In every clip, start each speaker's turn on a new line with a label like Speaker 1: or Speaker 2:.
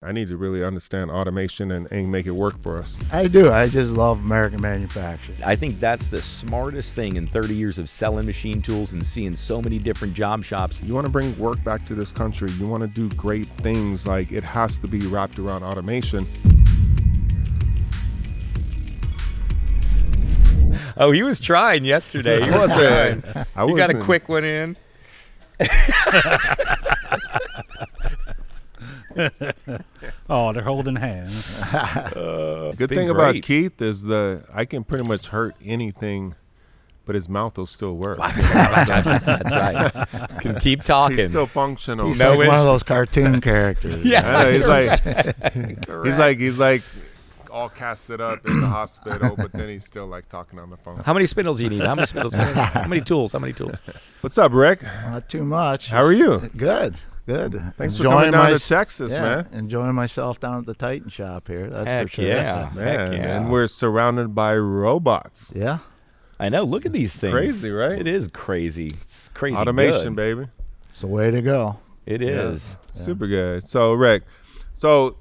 Speaker 1: I need to really understand automation and, and make it work for us.
Speaker 2: I do. I just love American manufacturing.
Speaker 3: I think that's the smartest thing in 30 years of selling machine tools and seeing so many different job shops.
Speaker 1: You want to bring work back to this country, you want to do great things, like it has to be wrapped around automation.
Speaker 3: Oh, he was trying yesterday. You,
Speaker 1: was it? I
Speaker 3: you got a
Speaker 1: wasn't.
Speaker 3: quick one in.
Speaker 4: Oh, they're holding hands.
Speaker 1: Good
Speaker 3: been
Speaker 1: thing about
Speaker 3: great.
Speaker 1: Keith is the I can pretty much hurt anything, but his mouth will still work.
Speaker 3: that's right. Can keep talking.
Speaker 1: He's so functional.
Speaker 2: He's
Speaker 3: No,
Speaker 2: like
Speaker 3: it's-
Speaker 2: one of those cartoon characters.
Speaker 3: yeah.
Speaker 1: I know, he's like he's like he's like all casted up in the hospital, but then he's still like talking on the phone.
Speaker 3: How many spindles do you need? How many spindles? How many tools? How many tools?
Speaker 1: What's up, Rick?
Speaker 2: Not too much.
Speaker 1: How are you?
Speaker 2: Good. Good.
Speaker 1: Thanks for coming down to Texas,
Speaker 2: yeah,
Speaker 1: man.
Speaker 2: Enjoying myself down at the Titan shop here. That's
Speaker 3: Heck
Speaker 2: for sure.
Speaker 3: yeah.
Speaker 1: Man,
Speaker 3: Heck yeah.
Speaker 1: and we're surrounded by robots.
Speaker 2: Yeah.
Speaker 3: I know. Look at these things.
Speaker 1: crazy, right?
Speaker 3: It is crazy. It's crazy.
Speaker 1: Automation,
Speaker 3: good.
Speaker 1: baby.
Speaker 2: It's the way to go.
Speaker 3: It is.
Speaker 1: Super good. So, Rick, so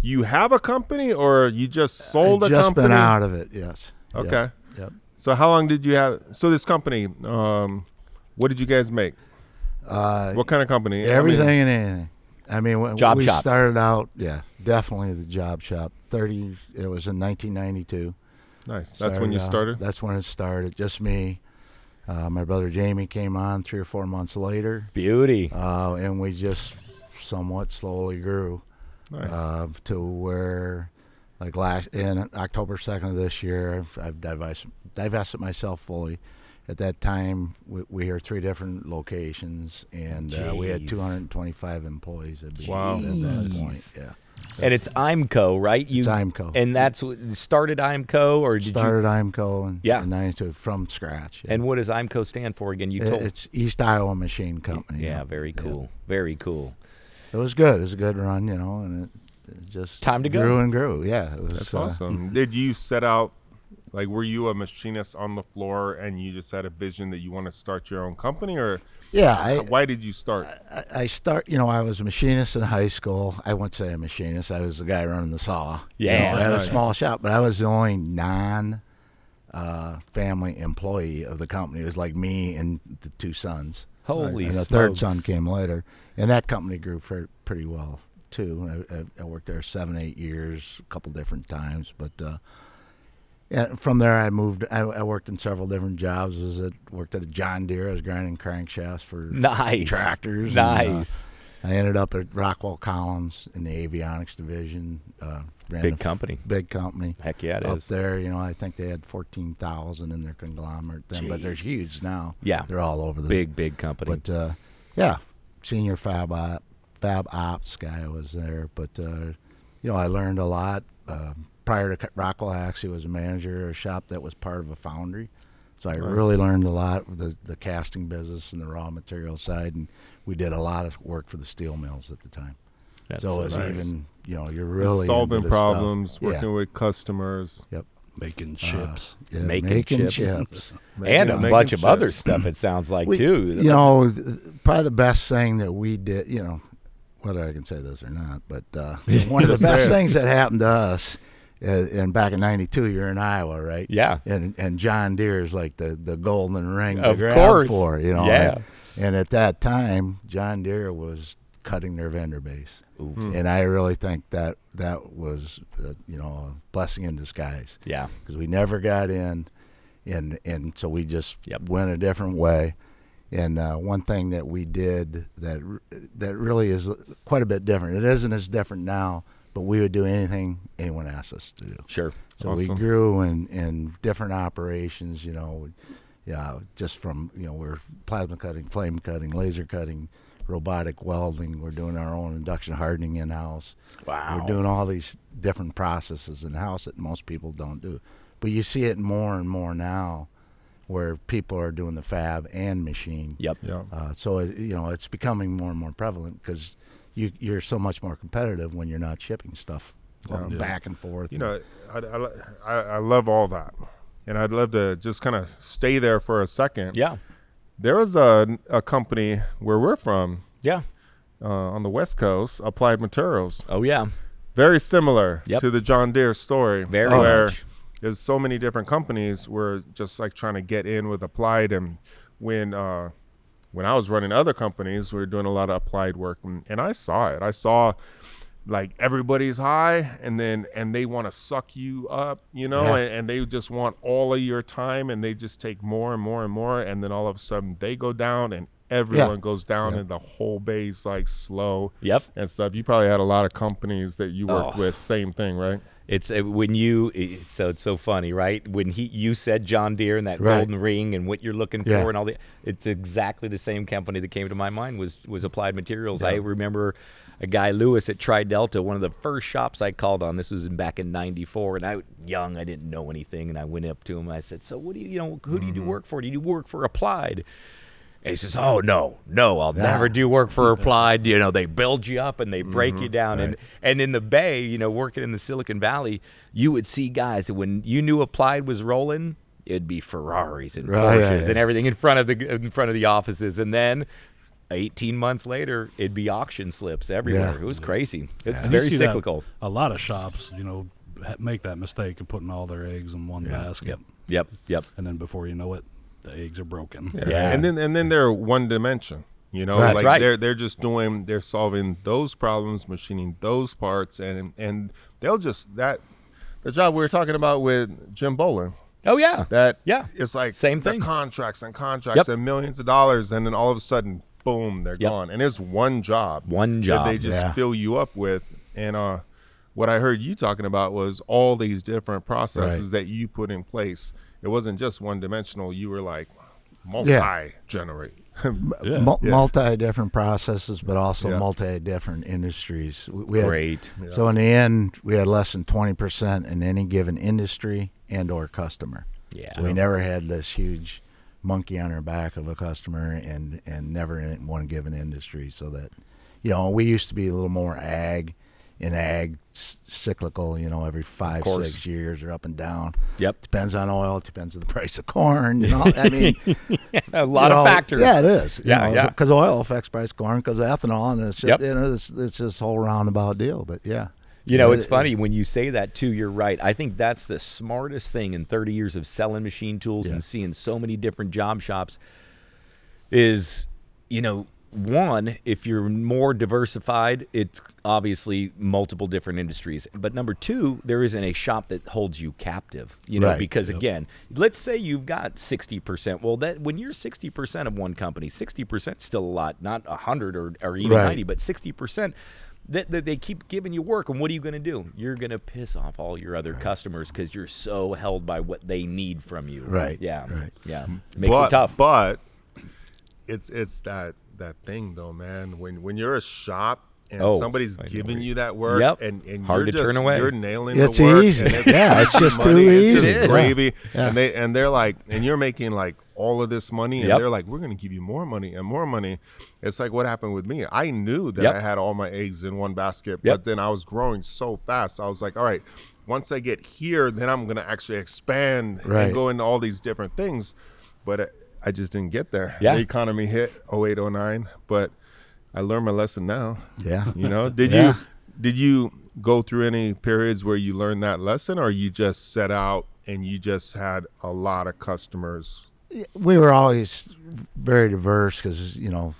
Speaker 1: you have a company or you just sold
Speaker 2: I've
Speaker 1: a
Speaker 2: Uh, just
Speaker 1: company?
Speaker 2: been out of it. Yes. Yep.
Speaker 1: Okay.
Speaker 2: Yep.
Speaker 1: So, how long did you have? So, this company, um, what did you guys make?
Speaker 2: Uh,
Speaker 1: What kind of company? I mean,
Speaker 2: everything and anything. I mean, when
Speaker 3: Job
Speaker 2: we
Speaker 3: shop.
Speaker 2: started out, yeah, definitely the job shop. Thirty. It was in 1992.
Speaker 1: nice. That's when you
Speaker 2: out-
Speaker 1: started.
Speaker 2: That's when it started. Just me. Uh, my brother Jamie came on three or four months later,
Speaker 3: Beauty.
Speaker 2: uh, and we just somewhat slowly grew.
Speaker 1: Nice.
Speaker 2: uh, to where like last in October 2nd of this year I've, I've divested, divested myself fully at that time we, we are three different locations and uh, we had
Speaker 3: Jeez.
Speaker 2: 225 employees at, the-
Speaker 1: Wow.
Speaker 2: at that point yeah
Speaker 3: and it's IMCO, right? You
Speaker 2: It's IMCO.
Speaker 3: And that's what started IMCO, or did you?
Speaker 2: started IMCO in,
Speaker 3: Yeah.
Speaker 2: in 92 from scratch yeah.
Speaker 3: And what does IMCO stand for again? You
Speaker 2: It-
Speaker 3: told.
Speaker 2: it's East Iowa Machine Company
Speaker 3: yeah, very cool. Very cool.
Speaker 2: it was good it was a good run you know and it, it just
Speaker 3: Time to go.
Speaker 2: grew and grew yeah it was,
Speaker 1: That's
Speaker 2: uh,
Speaker 1: awesome. Did you set out, like, were you a machinist on the floor and you just had a vision that you want to start your own company or
Speaker 2: yeah I,
Speaker 1: why did you start?
Speaker 2: I- I start, you know, I was a machinist in high school. I wouldn't say a machinist. I was the guy running the saw. You
Speaker 3: Yeah,
Speaker 2: know, I had a
Speaker 1: right.
Speaker 2: small shop, but I was the only non uh, family employee of the company. It was like me and the two sons.
Speaker 3: Holy
Speaker 2: and the third
Speaker 3: smokes.
Speaker 2: son came later. And that company grew fair- pretty well, too. I, I- I worked there seven, eight years, a couple different times. But uh, yeah, from there, I moved. I, I worked in several different jobs. Was at, worked at a John Deere. I was grinding crankshafts for
Speaker 3: Nice.
Speaker 2: tractors. and, uh,
Speaker 3: Nice.
Speaker 2: I ended up at Rockwell Collins in the avionics division. Uh, ran
Speaker 3: Big
Speaker 2: a f-
Speaker 3: company.
Speaker 2: Big company.
Speaker 3: Heck yeah, it
Speaker 2: up
Speaker 3: is.
Speaker 2: there, you know, I think they had fourteen thousand in their conglomerate then, but they're huge now.
Speaker 3: Yeah.
Speaker 2: they're all over the
Speaker 3: Big, big company.
Speaker 2: But uh, yeah, senior fab op, fab ops guy was there. But uh, you know, I learned a lot. Uh, prior to Rockwell, I actually was a manager of a shop that was part of a foundry. So I really learned a lot with the, the casting business and the raw material side, and we did a lot of work for the steel mills at the time.
Speaker 3: That's
Speaker 2: so
Speaker 3: so
Speaker 2: it was
Speaker 3: nice.
Speaker 2: even, you know, you're really
Speaker 1: Solving
Speaker 2: into this stuff.
Speaker 1: problems,
Speaker 2: Yeah.
Speaker 1: working with customers.
Speaker 2: Yep. Uh,
Speaker 5: Making chips.
Speaker 2: Yeah,
Speaker 3: Making chips. and
Speaker 1: making-
Speaker 3: a
Speaker 1: making
Speaker 3: bunch of other
Speaker 1: chips.
Speaker 3: stuff. It sounds like
Speaker 2: We-
Speaker 3: too.
Speaker 2: You know, th- probably the best thing that we did, you know, whether I can say this or not, but uh, one of the best things that happened to us, uh, and back in '92, you're in Iowa, right?
Speaker 3: Yeah.
Speaker 2: And and John Deere is like the the golden ring to
Speaker 3: Of
Speaker 2: grab
Speaker 3: course.
Speaker 2: for, you know.
Speaker 3: Yeah.
Speaker 2: And, and at that time, John Deere was cutting their vendor base, and I really think that that was, uh, you know, a blessing in disguise
Speaker 3: Yeah.
Speaker 2: because we never got in, and and so we just
Speaker 3: Yep.
Speaker 2: went a different way. And uh, one thing that we did that r- that really is quite a bit different. It isn't as different now, but we would do anything anyone asked us to do.
Speaker 3: Sure.
Speaker 2: So
Speaker 1: Awesome.
Speaker 2: we grew in, in different operations, you know, yeah, just from, you know, we're plasma cutting, flame cutting, laser cutting, robotic welding. We're doing our own induction hardening in house. Wow. We're doing all these different processes in house that most people don't do. But you see it more and more now where people are doing the fab and machine.
Speaker 3: Yep.
Speaker 1: Yeah.
Speaker 2: Uh, so, it, you know, it's becoming more and more prevalent because you, you're so much more competitive when you're not shipping stuff. Back and forth.
Speaker 1: you know, I, I, lo- I, I love all that. And I'd love to just kind of stay there for a second.
Speaker 3: Yeah.
Speaker 1: There was a, a company where we're from,
Speaker 3: Yeah.
Speaker 1: uh, on the West Coast, Applied Materials.
Speaker 3: Oh yeah,
Speaker 1: Very similar
Speaker 3: Yep.
Speaker 1: to the John Deere story.
Speaker 3: Very
Speaker 2: Oh.
Speaker 1: where
Speaker 3: much.
Speaker 1: there's so many different companies were just like trying to get in with Applied and when uh, when I was running other companies, we were doing a lot of applied work and, and I saw it. I saw like everybody's high and then and they want to suck you up you know
Speaker 2: Yeah.
Speaker 1: and, and they just want all of your time and they just take more and more and more and then all of a sudden they go down and everyone goes down and the whole bay's like slow
Speaker 3: Yep.
Speaker 1: and stuff you probably had a lot of companies that you worked
Speaker 3: Oh.
Speaker 1: with same thing right
Speaker 3: It's uh, when you it- so it's so funny, right? When he you said John Deere and that
Speaker 2: Right.
Speaker 3: golden ring and what you're looking
Speaker 2: Yeah.
Speaker 3: for and all the it's exactly the same company that came to my mind was was Applied Materials. I remember a guy Lewis at Tri Delta, one of the first shops I called on. This was in- back in '94, and I was young, I didn't know anything, and I went up to him. I said, "So what do you you know who do you
Speaker 2: Mm-hmm.
Speaker 3: do work for? Do you work for Applied?" And he says, "Oh no, no, I'll never do work for Applied. You know, they build you up and they break
Speaker 2: Mm-hmm.
Speaker 3: you down. And and in the Bay, you know, working in the Silicon Valley, you would see guys that when you knew Applied was rolling, it'd be Ferraris and
Speaker 2: Right,
Speaker 3: Porsches
Speaker 2: yeah,
Speaker 3: and
Speaker 2: yeah.
Speaker 3: everything in front of the in front of the offices. And then, eighteen months later, it'd be auction slips everywhere.
Speaker 2: Yeah.
Speaker 3: It was crazy. It's
Speaker 4: And you
Speaker 3: very
Speaker 4: see that
Speaker 3: cyclical.
Speaker 4: A lot of shops, you know, ha- make that mistake of putting all their eggs in one basket,
Speaker 3: Yep, yep.
Speaker 4: and then before you know it, the eggs are broken.
Speaker 3: Yeah.
Speaker 1: and then and then they're one dimension you know
Speaker 2: That's
Speaker 1: like
Speaker 3: right.
Speaker 1: they're they're just doing they're solving those problems machining those parts and and they'll just that the job we were talking about with jim bolin
Speaker 3: Oh yeah,
Speaker 1: that
Speaker 3: Yeah.
Speaker 1: it's like
Speaker 3: Same
Speaker 1: the
Speaker 3: thing.
Speaker 1: contracts and contracts
Speaker 3: Yep.
Speaker 1: and millions of dollars and then all of a sudden boom they're
Speaker 3: Yep.
Speaker 1: gone and it's one job
Speaker 3: One
Speaker 1: that they
Speaker 3: job.
Speaker 1: just
Speaker 2: Yeah.
Speaker 1: fill you up with and uh what i heard you talking about was all these different processes that you put in place it wasn't just one dimensional you were like multi-generate
Speaker 4: Yeah.
Speaker 2: Mul- multi different processes, but also
Speaker 1: Yeah.
Speaker 2: multi different industries. We, we had-
Speaker 3: great.
Speaker 2: So in the end, we had less than twenty percent in any given industry and or customer.
Speaker 3: Yeah.
Speaker 2: So we never had this huge monkey on our back of a customer, and and never in one given industry. So that, you know, we used to be a little more ag, and ag s- cyclical. You know, every five
Speaker 3: course.
Speaker 2: six years or up and down.
Speaker 3: Yep.
Speaker 2: Depends on oil. Depends on the price of corn. You know, I mean.
Speaker 3: A lot
Speaker 2: you
Speaker 3: of
Speaker 2: know,
Speaker 3: factors.
Speaker 2: Yeah, it is. you
Speaker 3: Yeah,
Speaker 2: know,
Speaker 3: yeah.
Speaker 2: Because oil affects price of corn, because ethanol, and it's just
Speaker 3: Yep.
Speaker 2: you know this it's this whole roundabout deal. But yeah,
Speaker 3: You know,
Speaker 2: It-
Speaker 3: it's funny when you say that too. You're right. I think that's the smartest thing in 30 years of selling machine tools and seeing so many different job shops is, you know, one, if you're more diversified, it's obviously multiple different industries. But number two, there isn't a shop that holds you captive, you know,
Speaker 2: Right.
Speaker 3: because again, let's say you've got 60%. Well, that when you're 60% of one company, 60% is still a lot, not 100 or, or even
Speaker 2: Right.
Speaker 3: 90, but 60% that, that they keep giving you work and what are you going to do you're going to piss off all your other customers because you're so held by what they need from you
Speaker 2: Right,
Speaker 3: yeah
Speaker 2: right. Mm-hmm.
Speaker 3: yeah makes
Speaker 1: but,
Speaker 3: it tough
Speaker 1: But it's it's that that thing though, man. When when you're a shop and
Speaker 3: Oh,
Speaker 1: somebody's
Speaker 3: I know
Speaker 1: giving
Speaker 3: where you-
Speaker 1: you that work
Speaker 3: Yep.
Speaker 1: and, and
Speaker 3: Hard
Speaker 1: you're
Speaker 3: to
Speaker 1: just,
Speaker 3: turn away.
Speaker 1: You're nailing
Speaker 2: It's
Speaker 1: the work.
Speaker 2: easy.
Speaker 1: And it's
Speaker 2: Yeah, it's just too
Speaker 1: money, it's
Speaker 2: easy.
Speaker 1: just
Speaker 3: It is.
Speaker 1: gravy.
Speaker 2: Yeah.
Speaker 1: And they and they're like and you're making like all of this money and
Speaker 3: Yep.
Speaker 1: they're like, We're gonna give you more money and more money. It's like what happened with me. I knew that
Speaker 3: Yep.
Speaker 1: I had all my eggs in one basket,
Speaker 3: Yep.
Speaker 1: but then I was growing so fast. I was like, All right, once I get here, then I'm gonna actually expand
Speaker 2: Right.
Speaker 1: and go into all these different things. But I- I just didn't get there.
Speaker 3: Yeah.
Speaker 1: The economy hit 08, 09, but I learned my lesson now.
Speaker 2: Yeah.
Speaker 1: You know, did
Speaker 2: Yeah.
Speaker 1: you did you go through any periods where you learned that lesson or you just set out and you just had a lot of customers?
Speaker 2: we were always very diverse because you know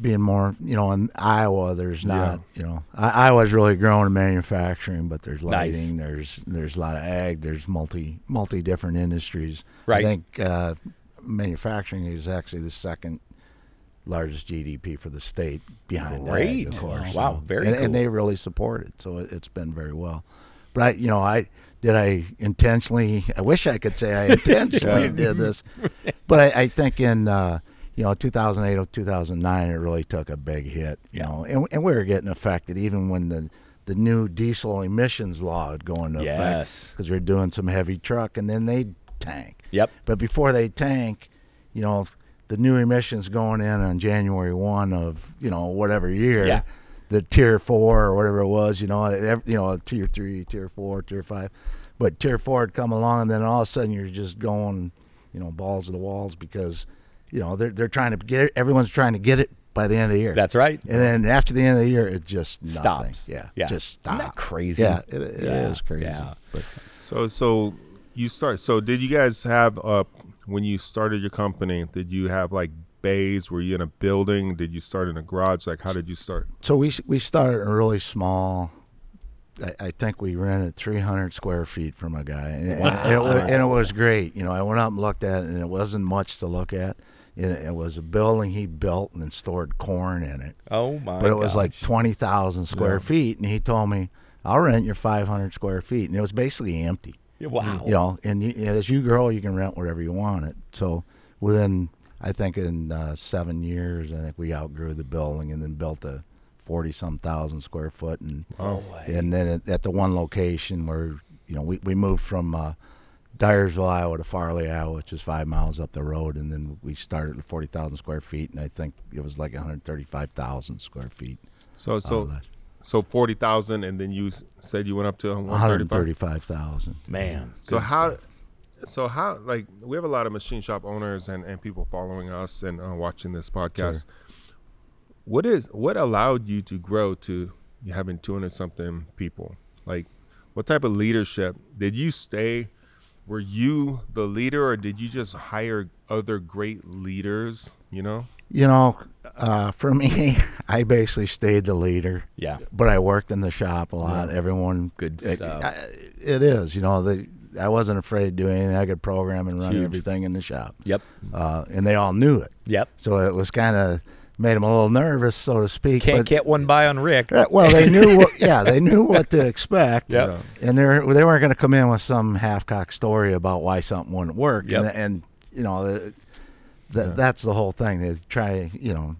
Speaker 2: being more you know in Iowa there's not you know I, Iowa's really growing in manufacturing but there's
Speaker 3: Nice.
Speaker 2: lighting there's there's a lot of ag there's multi multi different industries
Speaker 3: Right.
Speaker 2: I think uh, manufacturing is actually the second largest GDP for the state behind ag,
Speaker 3: Great.
Speaker 2: of course
Speaker 3: Wow,
Speaker 2: So-
Speaker 3: very
Speaker 2: and,
Speaker 3: cool.
Speaker 2: and they really support it so it, it's been very well but I you know I did I intentionally I wish I could say I intentionally did this but I, I think in uh, you know 2008 or 2009 it really took a big hit you know and, and we were getting affected even when the the new diesel emissions law had gone into
Speaker 3: Yes.
Speaker 2: because we were doing some heavy truck and then they tank
Speaker 3: Yep.
Speaker 2: but before they tank you know the new emissions going in on January 1 of you know whatever year
Speaker 3: Yeah.
Speaker 2: the tier four or whatever it was, you know, ev- you know, tier three, tier four, tier five, but tier four had come along, and then all of a sudden you're just going, you know, balls to the walls because, you know, they're they're trying to get everyone's trying to get it by the end of the year.
Speaker 3: That's right.
Speaker 2: And then after the end of the year, it just nothing.
Speaker 3: Stops.
Speaker 2: Yeah,
Speaker 3: Yeah.
Speaker 2: just
Speaker 3: Isn't
Speaker 2: stops.
Speaker 3: that crazy?
Speaker 2: Yeah, it, it
Speaker 3: Yeah.
Speaker 2: is crazy.
Speaker 3: Yeah.
Speaker 2: But
Speaker 1: So so you start. So did you guys have uh when you started your company? Did you have like bays? Were you in a building? Did you start in a garage? Like how did you start?
Speaker 2: so we we started really small. I, I think we rented 300 square feet from a guy, and, and- and it, wa- and it was great. You know, I went up and looked at it, and it wasn't much to look at. It, it was a building he built and then stored corn in it.
Speaker 3: Oh my!
Speaker 2: but it was like
Speaker 3: gosh.
Speaker 2: 20,000 square feet. And he told me, I'll rent your 500 square feet. And it was basically empty,
Speaker 3: Yeah, wow.
Speaker 2: you know. And, you, and as you grow, you can rent wherever you want it. So within, I think, in uh, seven years, I think we outgrew the building and then built a 40 some thousand square foot. And, and then at, at the one location where, you know, we, we moved from uh, Dyersville, Iowa to Farley, Iowa, which is five miles up the road. And then we started at 40,000 square feet. And I think it was like 135,000 square feet.
Speaker 1: So so
Speaker 2: that's-
Speaker 1: so forty thousand, and then you s- said you went up to
Speaker 2: One
Speaker 1: one
Speaker 2: hundred
Speaker 1: thirty five.
Speaker 2: thirty-five thousand.
Speaker 3: Man,
Speaker 1: So how, so how, like we have a lot of machine shop owners and, and people following us and uh, watching this podcast. What is what allowed you to grow to having two hundred something people? Like, what type of leadership did you stay? Were you the leader, or did you just hire other great leaders? You know,
Speaker 2: You know, uh, for me, I basically stayed the leader.
Speaker 3: Yeah.
Speaker 2: But I worked in the shop a lot. Everyone
Speaker 3: Good
Speaker 2: it,
Speaker 3: stuff.
Speaker 2: I- it is. You know, they, I wasn't afraid to do anything. I could program and run
Speaker 3: Huge.
Speaker 2: everything in the shop.
Speaker 3: Yep.
Speaker 2: Uh, and they all knew it.
Speaker 3: Yep.
Speaker 2: So it was kind of made them a little nervous, so to speak.
Speaker 3: Can't
Speaker 2: but-
Speaker 3: get one by on Rick.
Speaker 2: Uh, Well, they knew what. Yeah, they knew what to expect.
Speaker 3: Yep.
Speaker 1: Yeah.
Speaker 2: And they were, they weren't going to come in with some half-cocked story about why something wouldn't work.
Speaker 3: Yep.
Speaker 2: And, and you know, the, the, that's the whole thing. They try. You know,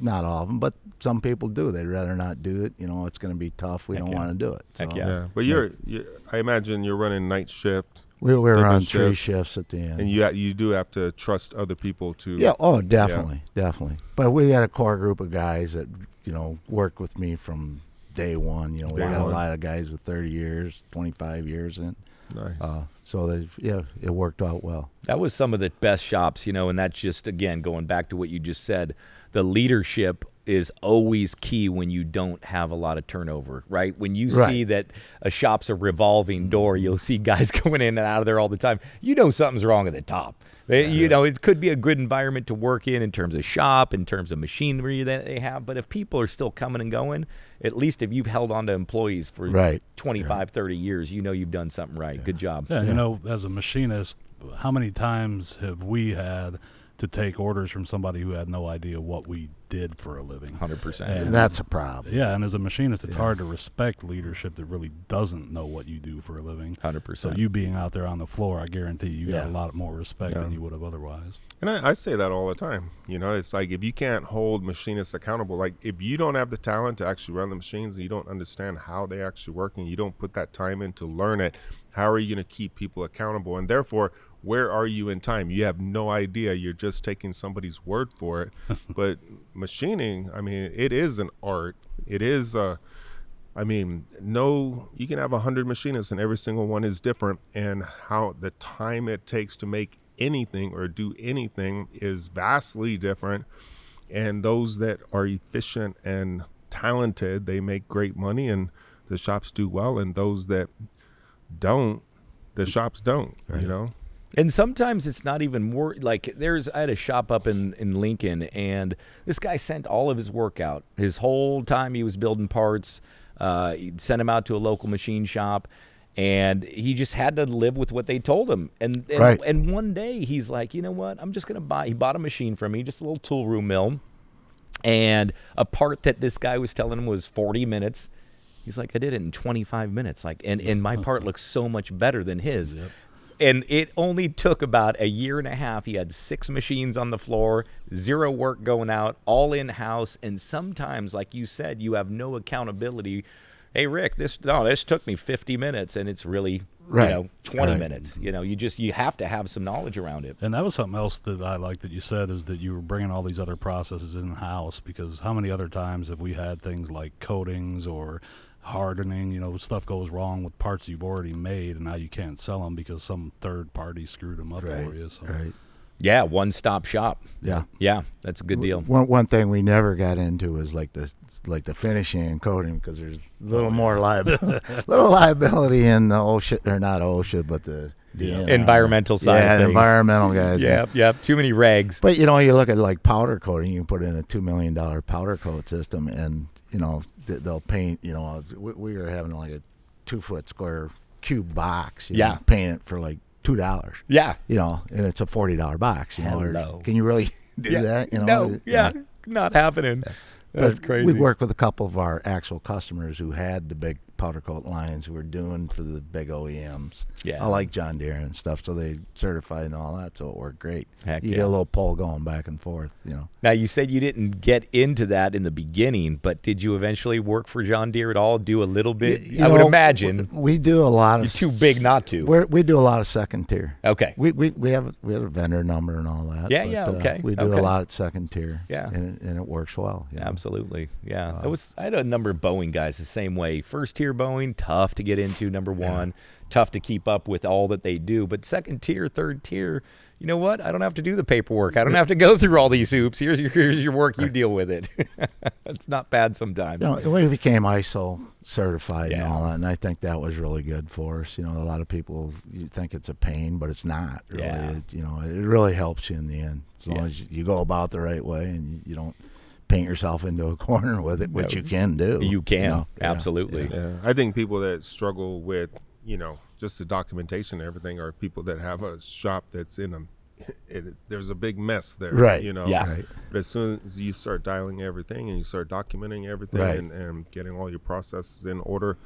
Speaker 2: not all of them, but some people do. They'd rather not do it. You know, it's going to be tough. We don't
Speaker 3: yeah.
Speaker 2: want to do it.
Speaker 3: Heck
Speaker 2: So
Speaker 3: Yeah.
Speaker 1: But you're, you're, I imagine you're running night shift,
Speaker 2: we we were
Speaker 1: Different
Speaker 2: on three
Speaker 1: shifts.
Speaker 2: shifts at the end.
Speaker 1: and you ha- you do have to trust other people to.
Speaker 2: Yeah, oh, definitely, definitely. But we got a core group of guys that you know worked with me from day one. You know, we
Speaker 1: Day
Speaker 2: got
Speaker 1: one.
Speaker 2: a lot of guys with thirty years, twenty five years in.
Speaker 1: Nice.
Speaker 2: Uh, so they, yeah, it worked out well.
Speaker 3: That was some of the best shops, you know, and that's just again going back to what you just said. The leadership is always key when you don't have a lot of turnover, right? When you
Speaker 2: Right.
Speaker 3: see that a shop's a revolving door, you'll see guys going in and out of there all the time. You know something's wrong at the top. They, You know, it could be a good environment to work in in terms of shop, in terms of machinery that they have, but if people are still coming and going, at least if you've held on to employees for
Speaker 2: Right.
Speaker 3: 25, 30 years, you know you've done something right. Good job.
Speaker 4: Yeah, you know, as a machinist, how many times have we had to take orders from somebody who had no idea what we did for a living?
Speaker 3: 100%.
Speaker 4: And-
Speaker 2: And that's a problem.
Speaker 4: Yeah, and as a machinist, it's hard to respect leadership that really doesn't know what you do for a living.
Speaker 3: 100%.
Speaker 4: So you being out there on the floor, I guarantee you got a
Speaker 2: Yeah.
Speaker 4: lot more respect than you would have otherwise.
Speaker 1: And I, I say that all the time. You know, it's like if you can't hold machinists accountable, like if you don't have the talent to actually run the machines and you don't understand how they actually work and you don't put that time in to learn it, how are you going to keep people accountable? And therefore, where are you in time? You have no idea. You're just taking somebody's word for it. but machining, I mean, it is an art. It is a. I mean, no, you can have a hundred machinists and every single one is different, and how the time it takes to make anything or do anything is vastly different. And those that are efficient and talented, they make great money, and the shops do well. And those that don't, the shops don't. You know,
Speaker 3: And sometimes it's not even more like there's I had a shop up in, in Lincoln and this guy sent all of his work out. His whole time he was building parts, uh, he'd send him out to a local machine shop and he just had to live with what they told him. And and,
Speaker 2: Right.
Speaker 3: and one day he's like, you know what? I'm just gonna buy he bought a machine from me, just a little tool room mill. And a part that this guy was telling him was 40 minutes. He's like, I did it in 25 minutes. Like, and, and my part looks so much better than his. And it only took about a year and a half. He had six machines on the floor, zero work going out, all in house. And sometimes, like you said, you have no accountability. Hey, Rick, this no, this took me 50 minutes, and it's really
Speaker 2: Right.
Speaker 3: you know 20
Speaker 2: Right.
Speaker 3: minutes. You know, you just you have to have some knowledge around it.
Speaker 4: And that was something else that I liked that you said is that you were bringing all these other processes in house because how many other times have we had things like coatings or hardening, you know, stuff goes wrong with parts you've already made and now you can't sell them because some third party screwed them up for you. So
Speaker 3: Yeah, one stop shop.
Speaker 2: Yeah.
Speaker 3: Yeah, that's a good deal.
Speaker 2: One one thing we never got into was like the like the finishing and coating because there's a
Speaker 4: Oh,
Speaker 2: little more liability, little liability in the OSHA or not OSHA, but the, the
Speaker 4: Yeah.
Speaker 2: DNR.
Speaker 3: Environmental side
Speaker 2: yeah,
Speaker 3: of
Speaker 2: the
Speaker 3: things.
Speaker 2: environmental guys.
Speaker 3: Yep, yep. Too many rags.
Speaker 2: But you know, you look at like powder coating. You put in a two million dollar powder coat system, and you know th- they'll paint. You know, we, we were having like a two foot square cube box. You
Speaker 3: Yeah.
Speaker 2: know, paint it for like two dollars.
Speaker 3: Yeah.
Speaker 2: You know, and it's a forty dollar box. You know, or
Speaker 3: Hello.
Speaker 2: can you really do
Speaker 3: yeah.
Speaker 2: that? You know,
Speaker 3: no,
Speaker 2: It-
Speaker 3: yeah, not happening.
Speaker 2: but
Speaker 3: That's crazy.
Speaker 2: We worked with a couple of our actual customers who had the big powder coat lines who were doing for the big OEMs.
Speaker 3: Yeah.
Speaker 2: I like John Deere and stuff, so they certified and all that, so it worked great.
Speaker 3: Heck
Speaker 2: you
Speaker 3: yeah.
Speaker 2: get a little pole going back and forth, you know.
Speaker 3: Now you said you didn't get into that in the beginning, but did you eventually work for John Deere at all? Do a little bit?
Speaker 2: You
Speaker 3: I would
Speaker 2: know,
Speaker 3: imagine.
Speaker 2: we do a lot of
Speaker 3: You're too big not to.
Speaker 2: We're, we do a lot of second tier.
Speaker 3: Okay.
Speaker 2: We, we we have we have a vendor number and all that. uh,
Speaker 3: Yeah, yeah, okay,
Speaker 2: we do
Speaker 3: okay.
Speaker 2: a lot at second tier.
Speaker 3: Yeah.
Speaker 2: and it, and it works well. you know.
Speaker 3: Absolutely. Yeah. I was I had a number of Boeing guys the same way. First tier Boeing, tough to get into, number one. Tough to keep up with all that they do. But second tier, third tier, you know what? I don't have to do the paperwork. I don't have to go through all these hoops. Here's your here's your work, you deal with it. it's not bad sometimes.
Speaker 2: You know, we became ISO certified
Speaker 3: Yeah.
Speaker 2: and all that, and I think that was really good for us. You know, a lot of people you think it's a pain, but it's not really.
Speaker 3: Yeah.
Speaker 2: It, you know, it really helps you in the end as long
Speaker 3: Yeah.
Speaker 2: as you go about the right way and you, you don't paint yourself into a corner with it, which you can do.
Speaker 3: You can.
Speaker 2: know? Yeah.
Speaker 3: Absolutely.
Speaker 1: Yeah, I think people that struggle with you know just the documentation and everything are people that have a shop that's in a it, there's a big mess there,
Speaker 2: Right,
Speaker 1: You know,
Speaker 3: yeah.
Speaker 2: Right.
Speaker 1: But as soon as you start dialing everything and you start documenting everything
Speaker 2: Right.
Speaker 1: and, and getting all your processes in order,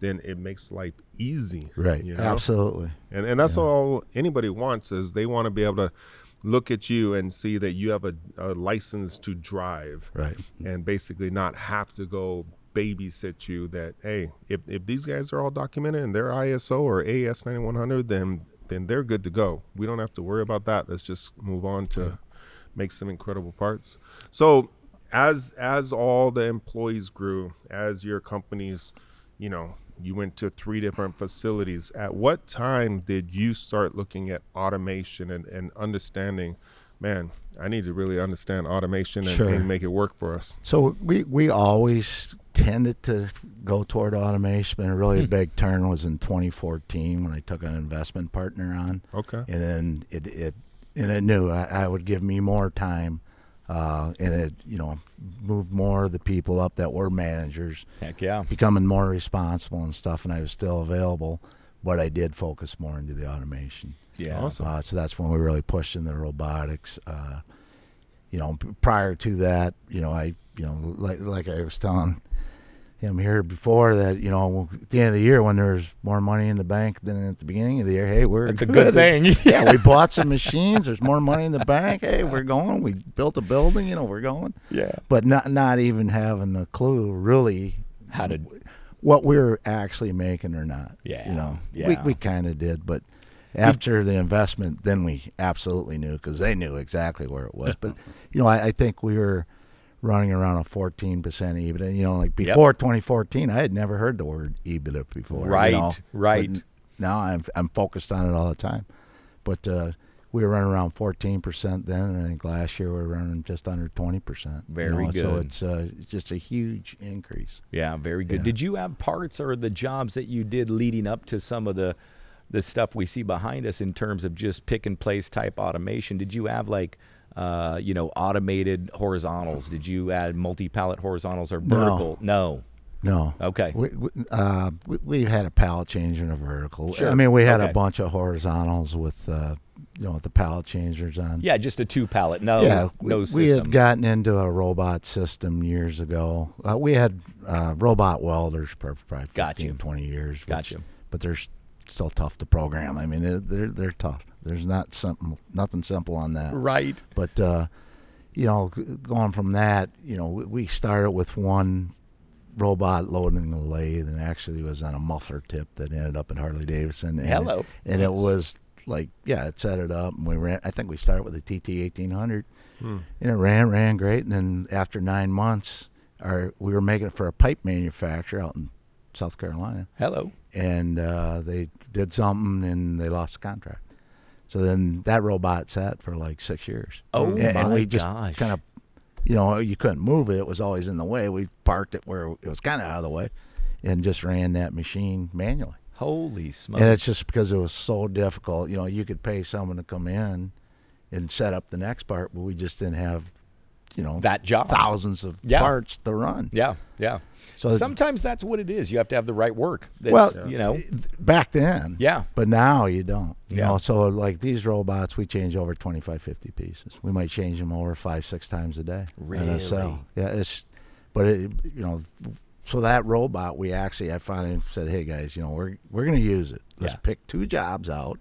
Speaker 1: then it makes life easy,
Speaker 2: Right.
Speaker 1: You know?
Speaker 2: Absolutely.
Speaker 1: And and that's all anybody wants is they want to be able to look at you and see that you have a, a license to drive
Speaker 2: Right.
Speaker 1: and basically not have to go babysit you that hey if, if these guys are all documented and they're iso or as 9100 then then they're good to go we don't have to worry about that let's just move on to make some incredible parts so as as all the employees grew as your companies you know you went to three different facilities at what time did you start looking at automation and, and understanding man i need to really understand automation and,
Speaker 2: Sure.
Speaker 1: and make it work for us
Speaker 2: So we we always tended to go toward automation. And really, a big turn was in 2014 when I took an investment partner on.
Speaker 1: Okay.
Speaker 2: And then it it and it knew I, I would give me more time, uh, and it you know moved more of the people up that were managers,
Speaker 3: Heck yeah.
Speaker 2: becoming more responsible and stuff. And I was still available, but I did focus more into the automation.
Speaker 3: Yeah.
Speaker 1: Awesome.
Speaker 2: Uh, so that's when we really pushed into robotics. Uh, you know, p- prior to that, you know, I, you know, like like I was telling him here before that, you know, at the end of the year when there's more money in the bank than at the beginning of the year, hey, we're
Speaker 3: That's a good thing.
Speaker 2: yeah, we bought some machines. There's more money in the bank. Hey, we're going. We built a building. You know, we're going.
Speaker 3: Yeah.
Speaker 2: But not not even having a clue really
Speaker 3: How to
Speaker 2: what we were actually making or not.
Speaker 3: Yeah,
Speaker 2: You know,
Speaker 3: yeah.
Speaker 2: we, we kind of did, but after the investment, then we absolutely knew because they knew exactly where it was. But, you know, I, I think we were running around a 14% EBITDA. You know, like before 2014, I had never heard the word EBITDA before. you
Speaker 3: Right,
Speaker 2: know,
Speaker 3: right.
Speaker 2: but n- Now I'm, I'm focused on it all the time. But, uh, we were running around 14% then, and I think last year we were running just under 20%. you
Speaker 3: Very
Speaker 2: know, So
Speaker 3: good.
Speaker 2: it's uh, just a huge increase.
Speaker 3: Yeah, very good. Did you have parts or the jobs that you did leading up to some of the the stuff we see behind us in terms of just pick and place type automation? Did you have like uh, you know automated horizontals? Did you add multi pallet horizontals or vertical? No.
Speaker 2: No.
Speaker 3: Okay.
Speaker 2: We, we, uh, we, we had a pallet change and a vertical.
Speaker 3: Sure.
Speaker 2: I mean, we had
Speaker 3: Okay.
Speaker 2: a bunch of horizontals with, uh, you know, with the pallet changers on.
Speaker 3: Yeah, just a two pallet. No.
Speaker 2: we,
Speaker 3: no
Speaker 2: we
Speaker 3: system.
Speaker 2: had gotten into a robot system years ago. Uh, we had uh, robot welders for probably 15,
Speaker 3: Got you.
Speaker 2: 20 years. Which,
Speaker 3: Got you.
Speaker 2: But they're s- still tough to program. I mean, they're they're, they're tough. There's not something nothing simple on that.
Speaker 3: right.
Speaker 2: But uh, you know, g- going from that, you know, we- we started with one robot loading the lathe, and actually was on a muffler tip that ended up at Harley Davidson. And
Speaker 3: Hello.
Speaker 2: it, and it was like, yeah, it set it up, and we ran. I think we started with a TT eighteen hundred, and it ran, ran great. And then after nine months, our we were making it for a pipe manufacturer out in South Carolina
Speaker 3: Hello.
Speaker 2: and uh, they did something and they lost the contract. So then that robot sat for like six years.
Speaker 3: Oh
Speaker 2: and, and
Speaker 3: my
Speaker 2: we just
Speaker 3: gosh.
Speaker 2: kind of, you know, you couldn't move it. It was always in the way. We parked it where it was kind of out of the way, and just ran that machine manually.
Speaker 3: Holy smokes!
Speaker 2: And it's just because it was so difficult. You know, you could pay someone to come in and set up the next part, but we just didn't have, you know,
Speaker 3: That job.
Speaker 2: thousands of
Speaker 3: Yeah.
Speaker 2: parts to run.
Speaker 3: yeah, yeah.
Speaker 2: So-
Speaker 3: sometimes that's what it is. You have to have the right work. That's,
Speaker 2: Well,
Speaker 3: you know,
Speaker 2: Back then.
Speaker 3: Yeah.
Speaker 2: But now you don't. You
Speaker 3: Yeah.
Speaker 2: know, so like these robots, we change over 25, 50 pieces. We might change them over five, six times a day. in a cell.
Speaker 3: Really?
Speaker 2: Yeah. It's, but it, you know, so that robot, we actually, I finally said, hey guys, you know, we're, we're going to use it. Let's
Speaker 3: Yeah.
Speaker 2: pick two jobs out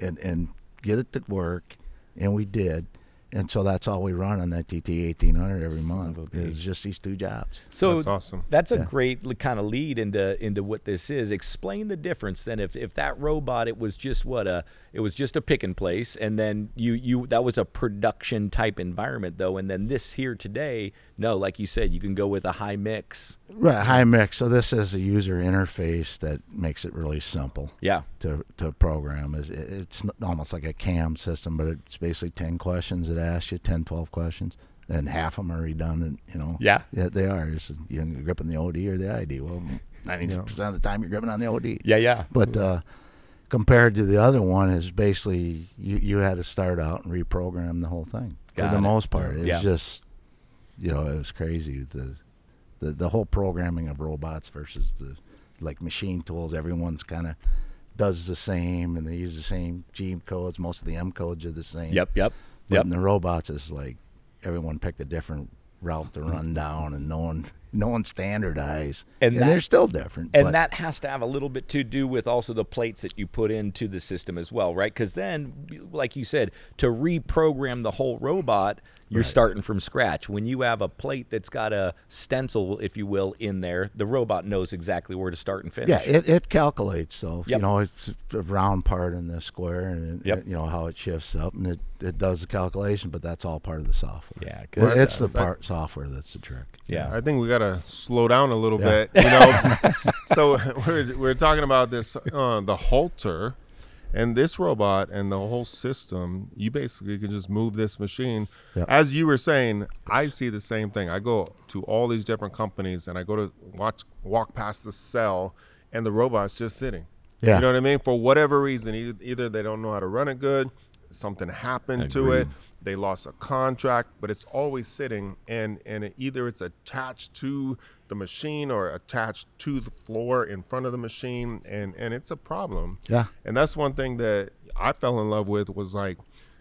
Speaker 2: and, and get it to work. And we did. And so that's all we run on that TT 1800 every month is just these two jobs.
Speaker 3: so
Speaker 1: That's awesome.
Speaker 3: That's a great great kind of lead into into what this is. Explain the difference then. If if that robot, it was just what a it was just a pick and place, and then you you that was a production type environment though, and then this here today, no, like you said, you can go with a high mix.
Speaker 2: Right, high mix. So this is a user interface that makes it really simple
Speaker 3: Yeah.
Speaker 2: to to program. Is it- it's n- almost like a CAM system, but it's basically ten questions it asks you, 10, 12 questions, and half of them are redundant. You know.
Speaker 3: Yeah.
Speaker 2: Yeah, they are. It's, you're gripping the OD or the ID. Well, ninety percent of the time you're gripping on the OD.
Speaker 3: Yeah, yeah.
Speaker 2: But uh, compared to the other one, is basically you, you had to start out and reprogram the whole thing
Speaker 3: Got
Speaker 2: for the
Speaker 3: it.
Speaker 2: most part. It
Speaker 3: Yeah.
Speaker 2: was just, you know, it was crazy the, the the whole programming of robots versus the like machine tools. Everyone's kind of does the same and they use the same G codes. Most of the M codes are the same.
Speaker 3: Yep, yep.
Speaker 2: But
Speaker 3: Yep.
Speaker 2: in the robots, it's like everyone picked a different route to run down, and no one no one standardized,
Speaker 3: And
Speaker 2: and,
Speaker 3: that-
Speaker 2: they're still different.
Speaker 3: And
Speaker 2: but-
Speaker 3: that has to have a little bit to do with also the plates that you put into the system as well, right? Because then, like you said, to reprogram the whole robot, you're starting from scratch. When you have a plate that's got a stencil, if you will, in there, the robot knows exactly where to start and finish.
Speaker 2: Yeah, it, it calculates. So
Speaker 3: Yep.
Speaker 2: you know, it's a round part in the square, and it,
Speaker 3: Yep.
Speaker 2: you know how it shifts up, and it, it does the calculation. But that's all part of the software.
Speaker 3: Yeah, good
Speaker 2: well, it's the
Speaker 1: stuff.
Speaker 2: part software that's the trick.
Speaker 3: yeah.
Speaker 1: I think we gotta slow down a little
Speaker 2: Yeah.
Speaker 1: bit, you know. so we're we're talking about this uh, the halter, and this robot and the whole system. You basically can just move this machine.
Speaker 2: Yep.
Speaker 1: As you were saying, I see the same thing. I go to all these different companies and I go to watch walk past the cell, and the robot's just sitting.
Speaker 2: Yeah.
Speaker 1: You know what I mean? For whatever reason, either, either they don't know how to run it good, something happened to it, they lost a contract, but it's always sitting and and it, either it's attached to the machine or attached to the floor in front of the machine and and it's a problem.
Speaker 2: Yeah.
Speaker 1: And that's one thing that I fell in love with was like,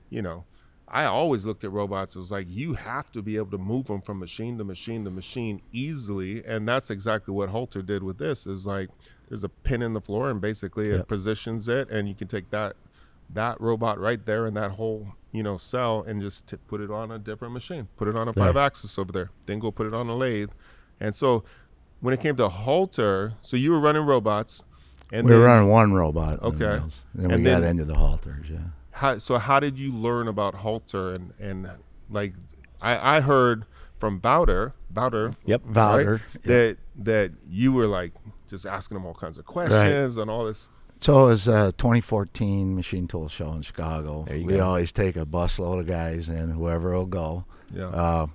Speaker 1: you know, I always looked at robots. It was like you have to be able to move them from machine to machine to machine easily, and that's exactly what Halter did with this. Is like there's a pin in the floor, and basically it positions it, and you can take that that robot right there in that whole you know cell and just t- put it on a different machine, put it on a five axis over there, then go put it on a lathe, and so when it came to Halter, so you were running robots, and
Speaker 2: We were
Speaker 1: then
Speaker 2: running one robot. in the
Speaker 1: Okay.
Speaker 2: mills, and then
Speaker 1: And
Speaker 2: we got
Speaker 1: then-
Speaker 2: into the halters. Yeah.
Speaker 1: how, so how did you learn about halter and and like I, I heard from Bowder Bowder
Speaker 3: Yep.
Speaker 2: Bowder, yeah.
Speaker 1: that that you were like just asking him all kinds of questions and all this
Speaker 2: So it was a 2014 Machine Tool Show in Chicago.
Speaker 3: you
Speaker 2: We
Speaker 3: go.
Speaker 2: always take a busload of guys and whoever will go.
Speaker 1: Yeah.
Speaker 2: Uh,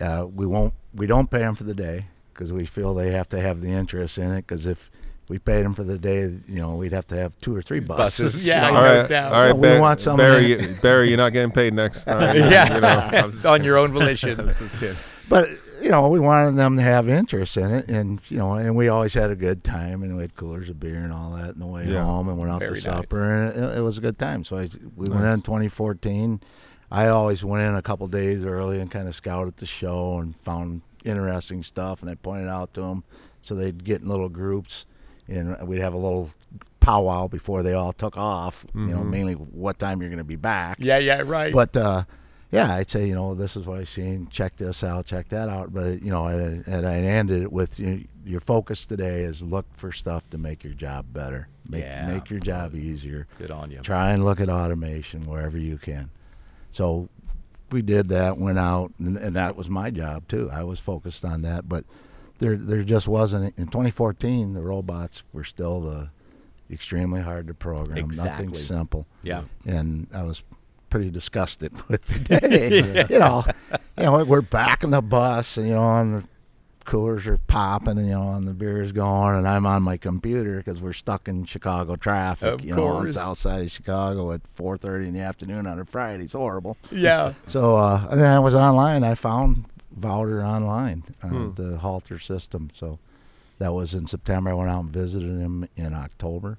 Speaker 2: uh, we won't. We don't pay them for the day because we feel they have to have the interest in it. Because if we paid them for the day, you know, we'd have to have two or three buses.
Speaker 3: Buses, yeah, I
Speaker 1: all
Speaker 3: know
Speaker 1: right
Speaker 3: that.
Speaker 1: all right
Speaker 2: We
Speaker 1: Bar-
Speaker 2: want someone-
Speaker 1: Barry you- Barry you're not getting paid next time
Speaker 3: Yeah.
Speaker 1: you know, I'm just
Speaker 3: on
Speaker 1: kidding.
Speaker 3: your own volition.
Speaker 1: Just kidding.
Speaker 2: But you know, we wanted them to have interest in it, and you know, and we always had a good time, and we had coolers of beer and all that on the way
Speaker 1: Yeah.
Speaker 2: home, and went out
Speaker 3: Very
Speaker 2: to
Speaker 3: nice.
Speaker 2: supper, and it, it was a good time. So I, we went in 2014. I always went in a couple days early and kind of scouted the show and found interesting stuff, and I pointed out to them, so they'd get in little groups, and we'd have a little powwow before they all took off. You know, mainly what time you're going to be back.
Speaker 3: yeah, yeah, right.
Speaker 2: But uh, yeah, I'd say you know this is what I've seen. Check this out, check that out. But you know, and, and I ended it with you, your focus today is look for stuff to make your job better, make
Speaker 3: Yeah.
Speaker 2: make your job easier.
Speaker 3: Good on you.
Speaker 2: Try and look at automation wherever you can. So we did that, went out, and, and that was my job too. I was focused on that, but there there just wasn't in 2014. The robots were still the extremely hard to program. Nothing
Speaker 3: Exactly.
Speaker 2: simple.
Speaker 3: Yeah.
Speaker 2: And I was pretty disgusted with the day. You know, you know, we're back in the bus, and you know, and the coolers are popping, and you know, and the beer's going, and I'm on my computer because we're stuck in Chicago traffic.
Speaker 3: Of
Speaker 2: you know,
Speaker 3: course.
Speaker 2: it's outside of Chicago at 4:30 in the afternoon on a Friday. It's horrible.
Speaker 3: Yeah.
Speaker 2: So uh, and then I was online. I found Vouter online, uh,
Speaker 3: Hmm.
Speaker 2: the halter system. So that was in September. I went out and visited him in October,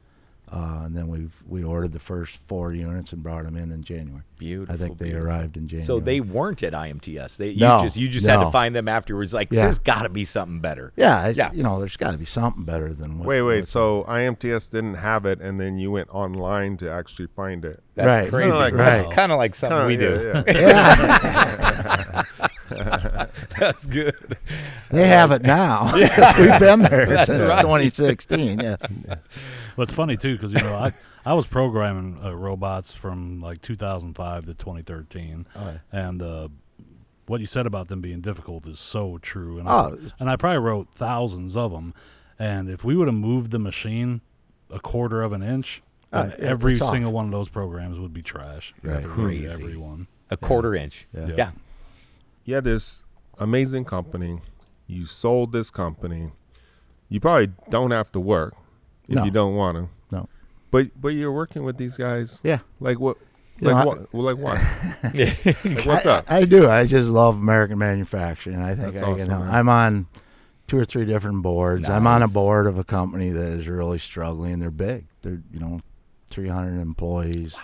Speaker 2: uh, and then we we ordered the first four units and brought them in in January.
Speaker 3: Beautiful.
Speaker 2: I think they
Speaker 3: beautiful.
Speaker 2: arrived in January.
Speaker 3: So they weren't at IMTS. They you
Speaker 2: No,
Speaker 3: just you just had to
Speaker 2: no.
Speaker 3: find them afterwards. Like
Speaker 2: Yeah.
Speaker 3: there's got to be something better.
Speaker 2: yeah, it's-
Speaker 3: Yeah.
Speaker 2: You know, there's got to be something better than what.
Speaker 1: Wait, wait.
Speaker 2: what-
Speaker 1: So IMTS didn't have it, and then you went online to actually find it.
Speaker 3: That's
Speaker 2: Right. It's
Speaker 3: crazy.
Speaker 1: kinda like-
Speaker 3: That's
Speaker 2: Right.
Speaker 3: kind of like something
Speaker 1: Kinda-
Speaker 3: we
Speaker 1: yeah,
Speaker 3: do.
Speaker 1: yeah.
Speaker 3: That's good.
Speaker 2: they have it now. Yes, We've been there
Speaker 3: That's
Speaker 2: since
Speaker 3: right.
Speaker 2: 2016. Yeah.
Speaker 4: Well, it's funny too because you know I I was programming uh, robots from like 2005 to 2013,
Speaker 2: Oh,
Speaker 4: and uh, what you said about them being difficult is so true. And
Speaker 2: Oh.
Speaker 4: I, and I probably wrote thousands of them, and if we would have moved the machine a quarter of an inch,
Speaker 2: Oh,
Speaker 4: then
Speaker 2: yeah,
Speaker 4: every
Speaker 2: it's off.
Speaker 4: single one of those programs would be trash.
Speaker 2: Right.
Speaker 4: Every,
Speaker 3: Crazy.
Speaker 4: every one.
Speaker 3: A quarter inch.
Speaker 2: Yeah.
Speaker 3: Yeah.
Speaker 4: Yeah.
Speaker 1: you had this amazing company. You sold this company. You probably don't have to work if
Speaker 2: No.
Speaker 1: you don't want to.
Speaker 2: No.
Speaker 1: But but you're working with these guys.
Speaker 2: Yeah.
Speaker 1: Like what?
Speaker 2: You
Speaker 1: Like
Speaker 2: know, I-
Speaker 1: what? Well, like what? like what's
Speaker 2: I,
Speaker 1: up?
Speaker 2: I do. I just love American manufacturing. I think
Speaker 1: That's
Speaker 2: I
Speaker 1: awesome,
Speaker 2: can help.
Speaker 1: man.
Speaker 2: I'm on two or three different boards. I'm on a
Speaker 3: Nice.
Speaker 2: board of a company that is really struggling. They're big. They're you know, 300 employees,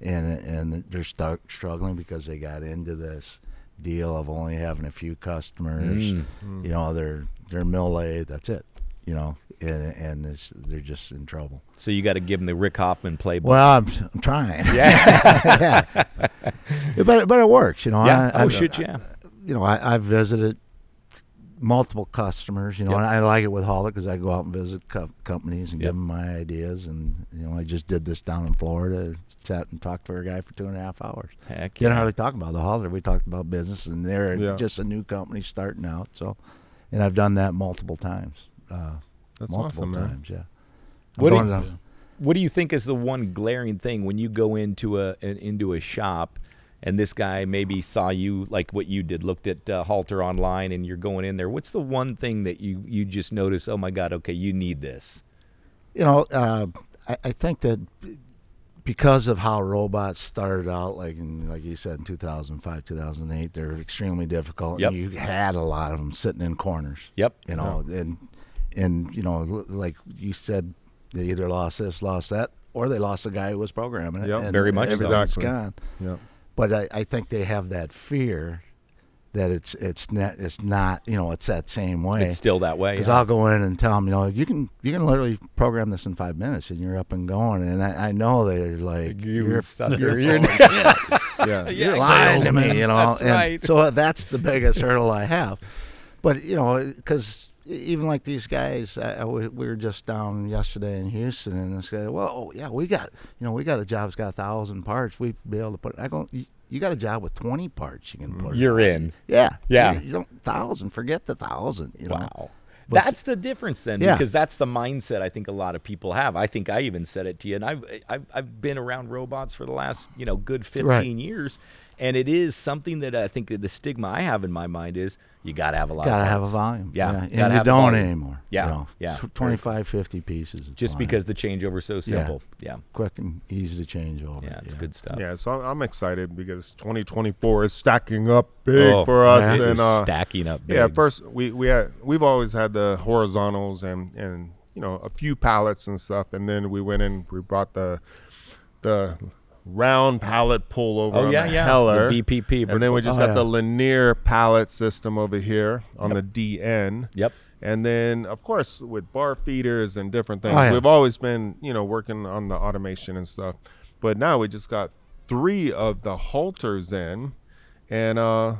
Speaker 2: and and they're stuck struggling because they got into this deal of only having a few customers.
Speaker 1: Mm.
Speaker 2: You know, they're they're mill That's it. You know, and and it's, they're just in trouble.
Speaker 3: So you got to give them the Rick Hoffman playbook.
Speaker 2: Well, I'm, I'm trying. Yeah. But it- but it works. You know.
Speaker 3: yeah.
Speaker 2: I,
Speaker 3: oh
Speaker 2: I-
Speaker 3: shit. Yeah.
Speaker 2: you know, I, I've visited multiple customers, you know,
Speaker 3: Yep.
Speaker 2: and I like it with Holler because I go out and visit co- companies and
Speaker 3: Yep.
Speaker 2: give them my ideas. And, you know, I just did this down in Florida, sat and talked to a guy for two and a half hours.
Speaker 3: Heck
Speaker 2: You know
Speaker 3: yeah.
Speaker 2: how to talk about the Holler. We talked about business, and they're
Speaker 1: Yeah.
Speaker 2: just a new company starting out. So, and I've done that multiple times. Uh,
Speaker 1: That's
Speaker 2: multiple
Speaker 1: awesome, man.
Speaker 2: times, yeah. I'm
Speaker 3: What do
Speaker 2: going
Speaker 3: you-
Speaker 2: to-
Speaker 3: What do you think is the one glaring thing when you go into a an, into a shop, and this guy maybe saw you like what you did, looked at uh, Halter online, and you're going in there? What's the one thing that you you just notice? Oh my God! Okay, you need this.
Speaker 2: you know, uh, I, I think that because of how robots started out, like in, like you said in 2005, 2008, they're extremely difficult.
Speaker 3: Yep.
Speaker 2: And you had a lot of them sitting in corners.
Speaker 3: Yep.
Speaker 2: You know, and and you know, l- like you said, they either lost this, lost that, or they lost the guy who was programming it.
Speaker 1: Yep.
Speaker 2: and
Speaker 3: Very much so.
Speaker 2: everything's
Speaker 1: Exactly.
Speaker 2: gone
Speaker 1: Yeah.
Speaker 2: but I, I think they have that fear that it's it's not it's not you know it's that same way.
Speaker 3: It's still that way,
Speaker 2: Because
Speaker 3: yeah.
Speaker 2: I'll go in and tell them, you know, you can you can literally program this in five minutes and you're up and going. And I, I know they're like
Speaker 3: You
Speaker 2: are
Speaker 3: sucker,
Speaker 2: You're,
Speaker 3: you're-
Speaker 2: full of shit.
Speaker 1: Yeah.
Speaker 2: You're lying to me,
Speaker 4: salesman.
Speaker 2: you know.
Speaker 3: That's
Speaker 2: and
Speaker 3: right.
Speaker 2: So that's the biggest hurdle I have. But you know, because even like these guys, I, I- we we were just down yesterday in Houston, and this guy, well, oh, yeah, we got, you know, we got a job that's got a thousand parts. We'd be able to put. I go, you, you got a job with twenty parts you can put.
Speaker 3: You're in.
Speaker 2: yeah,
Speaker 3: Yeah.
Speaker 2: You, you don't thousand. Forget the thousand. You know?
Speaker 3: Wow.
Speaker 2: But-
Speaker 3: that's the difference then,
Speaker 2: Yeah.
Speaker 3: because that's the mindset I think a lot of people have. I think I even said it to you, and I've I've, I've been around robots for the last you know good fifteen
Speaker 2: Right.
Speaker 3: years, and it is something that I think that the stigma I have in my mind is you got to have a lot.
Speaker 2: Gotta
Speaker 3: of
Speaker 2: have a
Speaker 3: parts.
Speaker 2: volume.
Speaker 3: Yeah, gotta
Speaker 2: and you
Speaker 3: have a
Speaker 2: don't
Speaker 3: volume.
Speaker 2: anymore.
Speaker 3: Yeah,
Speaker 2: you know.
Speaker 3: yeah.
Speaker 2: Tw- 25, 50 pieces. is
Speaker 3: Just
Speaker 2: fine.
Speaker 3: because the changeover's so simple. Yeah,
Speaker 2: quick and easy to change over.
Speaker 3: yeah, it's good stuff.
Speaker 1: Yeah, so I'm- I'm excited because 2024 is stacking up big
Speaker 3: Oh,
Speaker 1: for us,
Speaker 3: it
Speaker 1: and
Speaker 3: is
Speaker 1: uh,
Speaker 3: stacking up.
Speaker 1: Yeah,
Speaker 3: big.
Speaker 1: first we we had we've always had the horizontals and and you know a few pallets and stuff, and then we went and we brought the the round pallet pull over
Speaker 3: Oh,
Speaker 1: on
Speaker 3: yeah,
Speaker 1: the
Speaker 3: yeah, the
Speaker 1: Heller
Speaker 3: VPP,
Speaker 1: and then we just
Speaker 2: Oh,
Speaker 1: got
Speaker 2: yeah.
Speaker 1: the linear pallet system over here on the DN.
Speaker 3: Yep.
Speaker 1: And then, of course, with bar feeders and different things,
Speaker 2: Oh, yeah.
Speaker 1: we've always been, you know, working on the automation and stuff. But now we just got three of the halters in, and uh,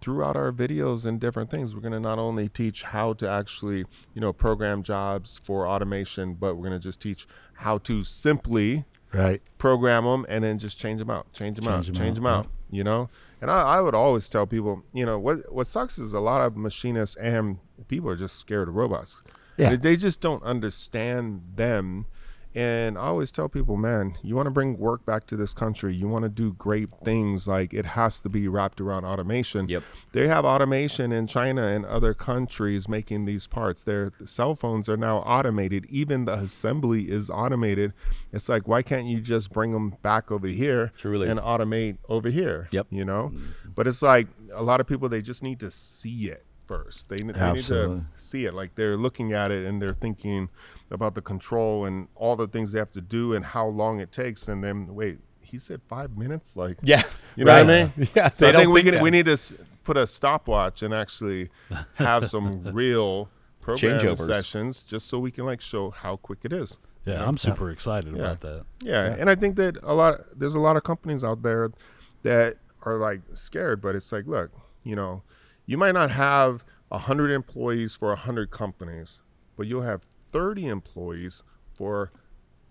Speaker 1: throughout our videos and different things, we're going to not only teach how to actually, you know, program jobs for automation, but we're going to just teach how to simply
Speaker 2: Right.
Speaker 1: program them and then just change them out change them out
Speaker 2: 'em
Speaker 1: change
Speaker 2: out,
Speaker 1: them out
Speaker 3: Mm-hmm.
Speaker 1: you know and I, I would always tell people you know what what sucks is a lot of machinists and people are just scared of robots
Speaker 2: Yeah.
Speaker 1: they, they just don't understand them And I always tell people, man, you want to bring work back to this country. You want to do great things. Like it has to be wrapped around automation.
Speaker 3: Yep.
Speaker 1: They have automation in China and other countries making these parts. Their cell phones are now automated. Even the assembly is automated. It's like, why can't you just bring them back over here
Speaker 3: Truly.
Speaker 1: and automate over here?
Speaker 3: Yep. Mm-hmm.
Speaker 1: You know? But it's like a lot of people, they just need to see it first. They, they need to
Speaker 2: Absolutely.
Speaker 1: see it. Like they're looking at it and they're thinking about the control and all the things they have to do and how long it takes. And then wait, he said five minutes. Like
Speaker 3: Yeah.
Speaker 1: you know what I
Speaker 3: right.
Speaker 1: mean?
Speaker 3: Yeah.
Speaker 1: So
Speaker 3: they
Speaker 1: I
Speaker 3: don't
Speaker 1: think we
Speaker 3: think
Speaker 1: can, we
Speaker 3: that.
Speaker 1: need to s- put a stopwatch and actually have some real programming
Speaker 3: Changeovers.
Speaker 1: sessions just so we can like show how quick it is.
Speaker 4: Yeah, I'm super excited about that.
Speaker 1: Yeah, and I think that a lot there's a lot of companies out there that are like scared, but it's like, look, you know, you might not have hundred employees for hundred companies, but you'll have thirty employees for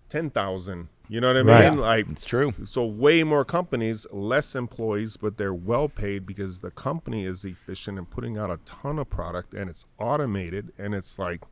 Speaker 1: ten thousand. You know what I
Speaker 2: Right.
Speaker 1: mean? Like
Speaker 3: It's true.
Speaker 1: so way more companies, less employees, but they're well paid because the company is efficient and putting out a ton of product and it's automated and it's like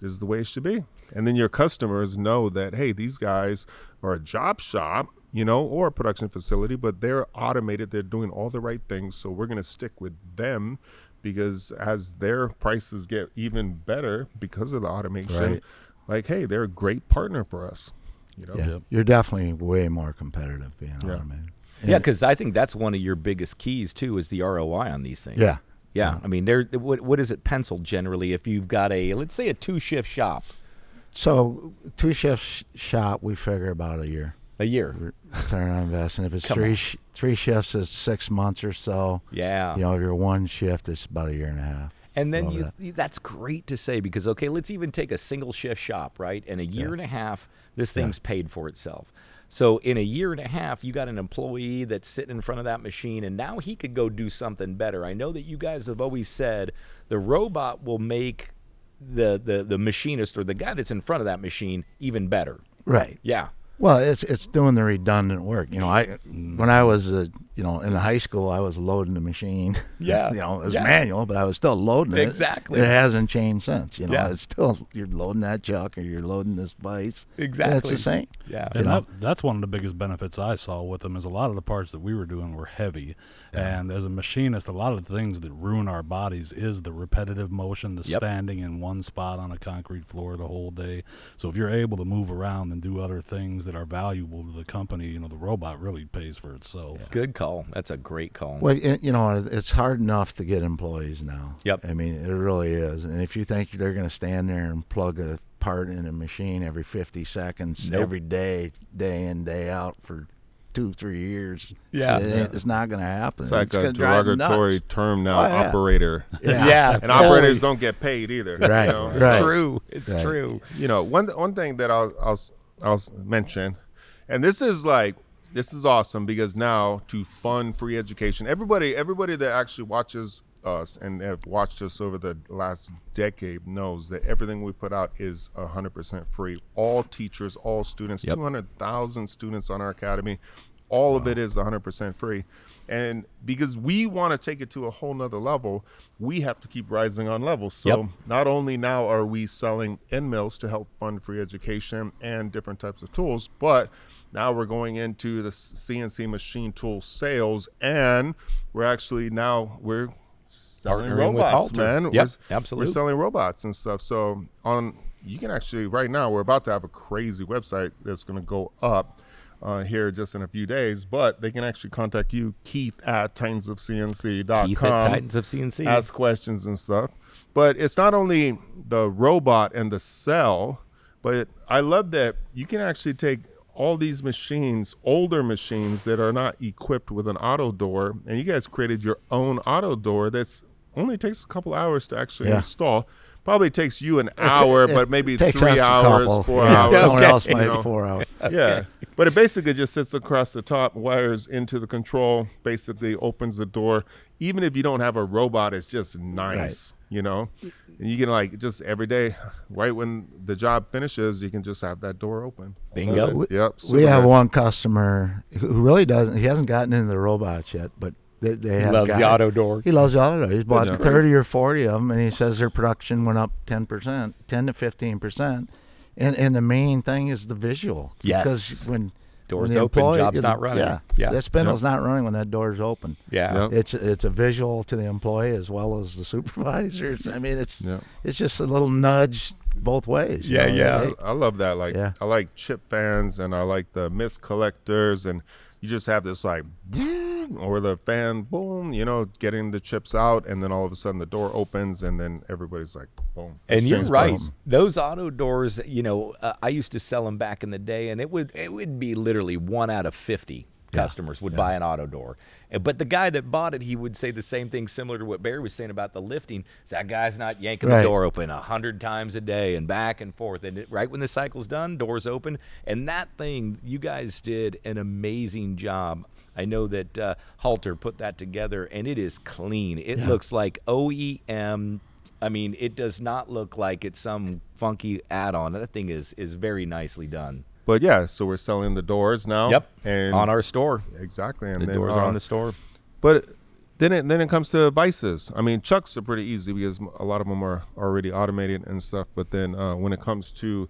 Speaker 1: this is the way it should be. And then your customers know that hey, these guys are a job shop, you know, or a production facility, but they're automated, they're doing all the right things, so we're going to stick with them because as their prices get even better because of the automation,
Speaker 2: Right.
Speaker 1: like hey, they're a great partner for us. You know?
Speaker 2: Yeah. You're definitely way more competitive being automated.
Speaker 3: Oh, Yeah, because I think that's one of your biggest keys too is the ROI on these things.
Speaker 2: Yeah.
Speaker 3: Yeah. I mean, they're what what is it penciled generally if you've got a let's say a two shift shop
Speaker 2: So two shifts shop, we figure about a year
Speaker 3: a year.
Speaker 2: return on investment. If it's
Speaker 3: Come on.
Speaker 2: three sh- three shifts, it's six months or so.
Speaker 3: Yeah.
Speaker 2: You know, if you're one shift, it's about a year and a half.
Speaker 3: And then
Speaker 2: Love
Speaker 3: you,
Speaker 2: that.
Speaker 3: you- that's great to say because okay, let's even take a single shift shop, right? And a year and a half, this thing's paid for itself. So in a year and a half, you got an employee that's sitting in front of that machine, and now he could go do something better. I know that you guys have always said the robot will make the the, the machinist or the guy that's in front of that machine even better.
Speaker 2: Right.
Speaker 3: Yeah.
Speaker 2: Well, it's it's doing the redundant work. You know, I
Speaker 3: Mm-hmm.
Speaker 2: when I was uh, you know in high school, I was loading the machine.
Speaker 3: Yeah.
Speaker 2: you know, it was
Speaker 3: Yeah.
Speaker 2: manual, but I was still loading it.
Speaker 3: Exactly.
Speaker 2: It hasn't changed since. You know,
Speaker 3: Yeah.
Speaker 2: it's still you're loading that chuck or you're loading this vice. And it's
Speaker 3: Exactly.
Speaker 2: the same.
Speaker 3: Yeah.
Speaker 4: And that, that's one of the biggest benefits I saw with them is a lot of the parts that we were doing were heavy, and as a machinist, a lot of the things that ruin our bodies is the repetitive motion, the
Speaker 3: Yep.
Speaker 4: standing in one spot on a concrete floor the whole day. So if you're able to move around and do other things that are valuable to the company, you know the robot really pays for itself.
Speaker 3: Good call. That's a great call.
Speaker 2: Well, it, you know, it's hard enough to get employees now.
Speaker 3: Yep.
Speaker 2: I mean, it really is. And if you think they're going to stand there and plug a part in a machine every 50 seconds
Speaker 3: Nope.
Speaker 2: every day, day in, day out for two, three years,
Speaker 3: Yeah.
Speaker 2: it- it's not going to happen.
Speaker 1: It's like a
Speaker 2: gonna drive 'em nuts.
Speaker 1: derogatory term now,
Speaker 2: Oh, yeah.
Speaker 1: operator.
Speaker 2: Yeah.
Speaker 1: and operators don't get paid either. you
Speaker 2: Right,
Speaker 1: know?
Speaker 2: right. It's
Speaker 3: true. It's
Speaker 2: Right.
Speaker 3: true.
Speaker 1: You know, one one thing that I'll I'll s- I'll s- mention, and this is like this is awesome because now to fund free education, everybody everybody that actually watches us and have watched us over the last decade knows that everything we put out is 100% free. All teachers, all students, 200,000 students on our academy, all of it is 100% free. And because we want to take it to a whole nother level, we have to keep rising on levels. So
Speaker 3: Yep.
Speaker 1: not only now are we selling end mills to help fund free education and different types of tools, but now we're going into the CNC machine tool sales and we're actually now we're selling
Speaker 3: Partnering with
Speaker 1: robots,
Speaker 3: Halter.
Speaker 1: man.
Speaker 3: Yep,
Speaker 1: We're s-
Speaker 3: absolutely.
Speaker 1: We're selling robots and stuff. So on you can actually right now we're about to have a crazy website that's going to go up uh, here just in a few days, but they can actually contact you, Keith at titansofcnc.com
Speaker 3: Keith at Titans of CNC.
Speaker 1: ask questions and stuff. But it's not only the robot and the cell, but I love that you can actually take all these machines, older machines that are not equipped with an auto door, and you guys created your own auto door that's only takes a couple hours to actually
Speaker 2: Yeah.
Speaker 1: install. Probably takes you an hour, but maybe
Speaker 2: Takes us
Speaker 1: three
Speaker 2: a
Speaker 1: hours,
Speaker 2: couple.
Speaker 1: four
Speaker 2: Yeah,
Speaker 1: hours.
Speaker 2: Someone
Speaker 1: you
Speaker 2: else might
Speaker 1: know.
Speaker 2: four hours.
Speaker 1: Yeah. But it basically just sits across the top, wires into the control, basically opens the door. Even if you don't have a robot, it's just nice, you know? And you can, like, just every day, right when the job finishes, you can just have that door open.
Speaker 3: Bingo.
Speaker 1: Love it. Yep.
Speaker 2: we
Speaker 1: super
Speaker 2: have
Speaker 1: good.
Speaker 2: one customer who really doesn't. He hasn't gotten into the robots yet, but they, they have.
Speaker 3: loves the
Speaker 2: gotten-
Speaker 3: auto door.
Speaker 2: He loves the auto door. He's bought
Speaker 1: That's
Speaker 2: thirty or forty of them, and he says their production went up ten percent, ten to fifteen percent. And and the main thing is the visual.
Speaker 3: Yes.
Speaker 2: Because when
Speaker 3: Doors
Speaker 2: when the
Speaker 3: open,
Speaker 2: employee-
Speaker 3: job's not running.
Speaker 2: Yeah.
Speaker 3: Yeah.
Speaker 2: That spindle's not running when that door's open.
Speaker 3: Yeah.
Speaker 1: Yep.
Speaker 2: It's it's a visual to the employee as well as the supervisors. I mean, it's
Speaker 1: Yeah.
Speaker 2: it's just a little nudge both ways. you
Speaker 3: Yeah,
Speaker 2: know?
Speaker 3: yeah.
Speaker 1: I, I love that. Like
Speaker 2: Yeah.
Speaker 1: I like chip fans and I like the mist collectors and you just have this like boom, or the fan boom, you know, getting the chips out and then all of a sudden the door opens and then everybody's like boom.
Speaker 3: And you're
Speaker 1: Exchange
Speaker 3: right.
Speaker 1: plates.
Speaker 3: Those auto doors, you know, uh, I used to sell them back in the day, and it would it would be literally one out of fifty customers would buy an auto door. Uh, But the guy that bought it, he would say the same thing, similar to what Barry was saying about the lifting. Is that guy's not yanking the
Speaker 2: Right.
Speaker 3: door open a hundred times a day and back and forth, and it, right when the cycle's done, doors open. And that thing, you guys did an amazing job. I know that uh, Halter put that together, and it is clean. It looks like OEM I mean, it does not look like it's some funky add-on. That thing is is very nicely done.
Speaker 1: But yeah, so we're selling the doors now. Oh, And
Speaker 3: on our store,
Speaker 1: exactly and
Speaker 3: the
Speaker 1: then,
Speaker 3: doors
Speaker 1: uh,
Speaker 3: are on the store.
Speaker 1: But then it then it comes to vices. I mean, chucks are pretty easy because m- a lot of them are already automated and stuff. But then uh, when it comes to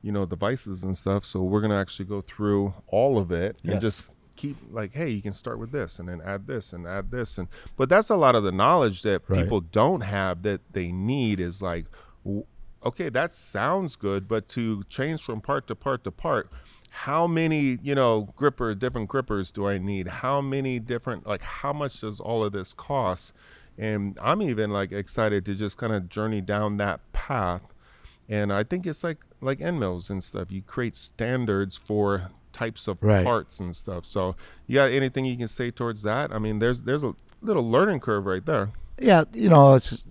Speaker 1: you know the vices and stuff, so we're gonna actually go through all of it and
Speaker 3: Yes.
Speaker 1: just keep like, hey, you can start with this and then add this and add this and. But that's a lot of the knowledge that people don't have that they need is like. w- Okay, that sounds good, but to change from part to part to part, how many you know gripper different grippers do i need how many different like how much does all of this cost and i'm even like excited to just kind of journey down that path and i think it's like like end mills and stuff you create standards for types of
Speaker 2: Right.
Speaker 1: parts and stuff so you got anything you can say towards that i mean there's there's a little learning curve right there
Speaker 2: Yeah, you know, it's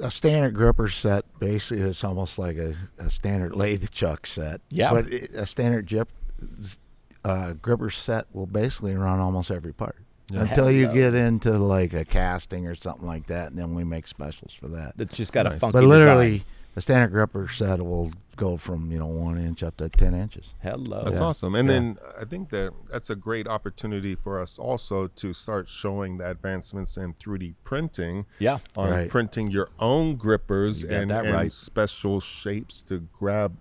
Speaker 2: a standard gripper set. Basically, it's almost like a, a standard lathe chuck set.
Speaker 3: Yeah.
Speaker 2: But it, a standard jip, uh, gripper set will basically run almost every part until you get into like a casting or something like that, and then we make specials for that.
Speaker 3: That's just got a funky.
Speaker 2: But literally,
Speaker 3: design.
Speaker 2: a standard gripper set will go from you know one inch up to ten inches.
Speaker 3: hello.
Speaker 1: That's awesome. And then I think that that's a great opportunity for us also to start showing the advancements in 3D printing.
Speaker 3: Yeah.
Speaker 1: On
Speaker 2: Right.
Speaker 1: printing your own grippers
Speaker 3: got
Speaker 1: and,
Speaker 3: that
Speaker 1: and
Speaker 3: right.
Speaker 1: special shapes to grab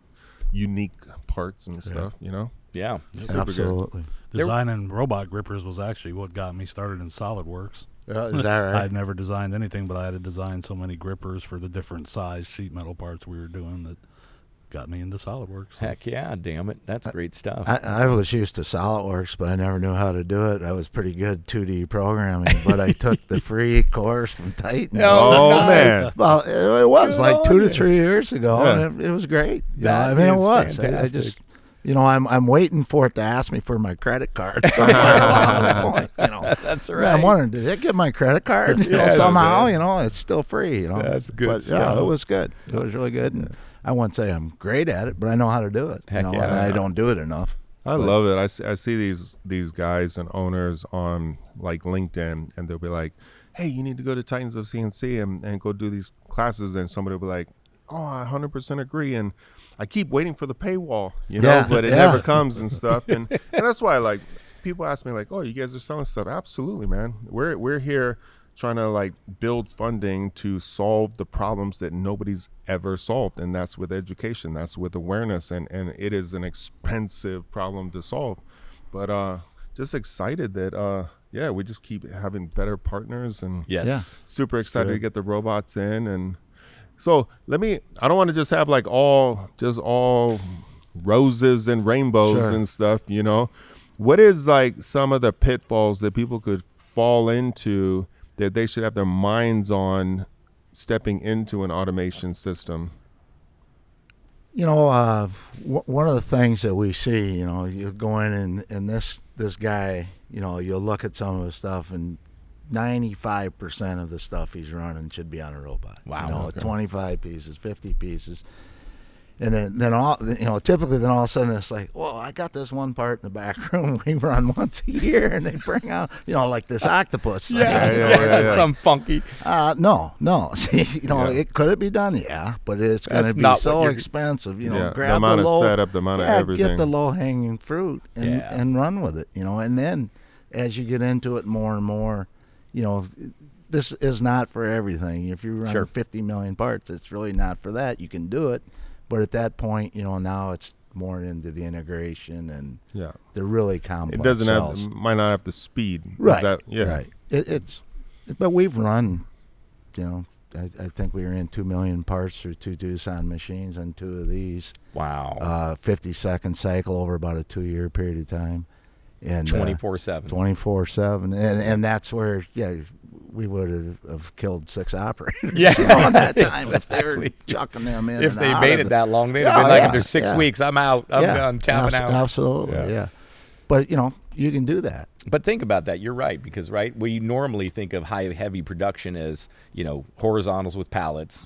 Speaker 1: unique parts and stuff, you know?
Speaker 3: Yeah,
Speaker 2: Absolutely.
Speaker 4: Designing robot grippers was actually what got me started in SolidWorks.
Speaker 2: Uh, Is that
Speaker 4: I
Speaker 2: right?
Speaker 4: had never designed anything, but I had to design so many grippers for the different size sheet metal parts we were doing that got me into SolidWorks.
Speaker 3: heck yeah, damn it, that's great stuff.
Speaker 2: I, I was used to SolidWorks, but I never knew how to do it. I was pretty good 2D programming, but I took the free course from Titan.
Speaker 1: Oh, man.
Speaker 2: Well, it- it was
Speaker 3: Good
Speaker 2: like
Speaker 3: on
Speaker 2: two to
Speaker 3: you.
Speaker 2: three years ago,
Speaker 1: Yeah.
Speaker 2: and it, it was great. You know,
Speaker 3: That
Speaker 2: I mean, it
Speaker 3: is
Speaker 2: was. I, I
Speaker 3: fantastic.
Speaker 2: just, you know, I'm I'm waiting for it to ask me for my credit card somewhere along the point. You know,
Speaker 3: that's
Speaker 2: Yeah, I'm wondering, did it get my credit card? You know,
Speaker 3: Yeah,
Speaker 2: somehow, you know, it's still free. You know,
Speaker 3: That's good
Speaker 2: But yeah,
Speaker 3: stuff.
Speaker 2: it was good. It was really good. And I won't say I'm great at it, but I know how to do it.
Speaker 3: Heck
Speaker 2: you know,
Speaker 3: yeah.
Speaker 2: and I don't do it enough.
Speaker 1: I love it. I see, I see these these guys and owners on like LinkedIn, and they'll be like, "Hey, you need to go to Titans of CNC and, and go do these classes." And somebody will be like, "Oh, I 100% agree," and I keep waiting for the paywall, you know,
Speaker 2: Yeah,
Speaker 1: but it
Speaker 2: yeah.
Speaker 1: never comes and stuff. And and that's why like people ask me like, "Oh, you guys are selling stuff?" Absolutely, man. We're we're here trying to like build funding to solve the problems that nobody's ever solved and that's with education that's with awareness and and it is an expensive problem to solve but uh just excited that uh yeah we just keep having better partners and
Speaker 3: Yes.
Speaker 1: super excited to get the robots in and so let me i don't want to just have like all just all roses and rainbows
Speaker 2: Sure.
Speaker 1: and stuff you know what is like some of the pitfalls that people could fall into that they should have their minds on stepping into an automation system
Speaker 2: You know, uh, w- one of the things that we see, you know, you go in and, and this this guy, you know, you'll look at some of his stuff, and ninety five percent of the stuff he's running should be on a robot.
Speaker 3: Wow.
Speaker 2: you know, twenty five pieces, fifty pieces, and then then all you know, typically then all of a sudden it's like, well, I got this one part in the back room we run once a year, and they bring out, you know, like this octopus.
Speaker 1: Yeah,
Speaker 2: thing.
Speaker 1: yeah, yeah, yeah.
Speaker 3: some funky.
Speaker 2: Uh, no, no. See, you know,
Speaker 1: Yeah.
Speaker 2: it could it be done? Yeah, but it's going
Speaker 3: That's
Speaker 2: to be
Speaker 3: not what
Speaker 2: so
Speaker 3: you're-
Speaker 2: expensive. You know,
Speaker 1: Yeah, the
Speaker 2: grab
Speaker 1: amount
Speaker 2: the
Speaker 1: of
Speaker 2: low,
Speaker 1: setup, the amount of
Speaker 2: yeah,
Speaker 1: everything.
Speaker 2: Get the low hanging fruit and
Speaker 3: Yeah.
Speaker 2: and run with it. You know, and then as you get into it more and more, you know, this is not for everything. If you run
Speaker 3: Sure.
Speaker 2: 50 million parts, it's really not for that. You can do it, But at that point, you know, now it's more into the integration and
Speaker 1: Yeah.
Speaker 2: they're really complex.
Speaker 1: It doesn't have
Speaker 2: cells.
Speaker 1: might not have the speed. Is
Speaker 2: right.
Speaker 1: that- yeah.
Speaker 2: Right. It, it's but we've run, you know, I, I think we were in two million parts through two Tucson machines and two of these.
Speaker 3: Wow.
Speaker 2: Uh, fifty second cycle over about a two year period of time. And uh,
Speaker 3: 24 7.
Speaker 2: 24 7 and and that's where yeah we would have, have killed six operators
Speaker 3: Yeah,
Speaker 2: you know, at that time if they were
Speaker 3: exactly.
Speaker 2: chucking them in
Speaker 3: If
Speaker 2: and
Speaker 3: they
Speaker 2: out
Speaker 3: made
Speaker 2: of
Speaker 3: it that um, long, they'd have
Speaker 2: Yeah,
Speaker 3: been like,
Speaker 2: yeah,
Speaker 3: if there's six
Speaker 2: yeah.
Speaker 3: weeks, I'm out. I'm
Speaker 2: yeah,
Speaker 3: done tapping
Speaker 2: abs-
Speaker 3: out.
Speaker 2: absolutely yeah. but you know you can do that
Speaker 3: But think about that. You're right because right we normally think of high heavy production as you know horizontals with pallets,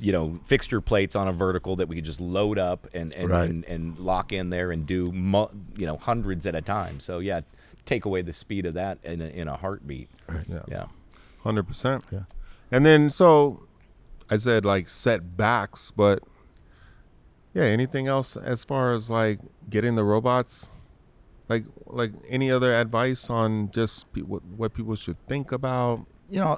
Speaker 3: you know fixture plates on a vertical that we could just load up and and
Speaker 2: Right.
Speaker 3: and, and lock in there and do mu- you know hundreds at a time. So yeah, take away the speed of that in a, in a heartbeat.
Speaker 1: Yeah.
Speaker 3: Yeah.
Speaker 1: Hundred percent. Yeah. And then so I said like setbacks, but yeah, anything else as far as like getting the robots? Like like any other advice on just pe- what, what people should think about?
Speaker 2: you know,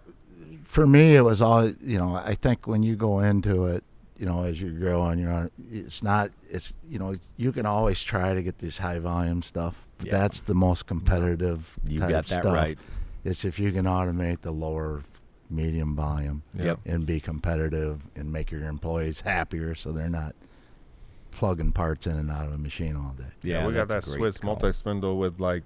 Speaker 2: for me, it was all you know. I think when you go into it, you know, as you grow on your own, it's not. It's you know, you can always try to get this high volume stuff. But
Speaker 3: Yeah.
Speaker 2: That's the most competitive.
Speaker 3: You
Speaker 2: type
Speaker 3: got that
Speaker 2: stuff.
Speaker 3: right.
Speaker 2: It's if you can automate the lower, medium volume,
Speaker 3: Yep.
Speaker 2: and be competitive and make your employees happier, so they're not plugging parts in and out of a machine all day.
Speaker 1: Yeah, we got that
Speaker 3: that's a great
Speaker 1: Swiss
Speaker 3: call.
Speaker 1: multi spindle with like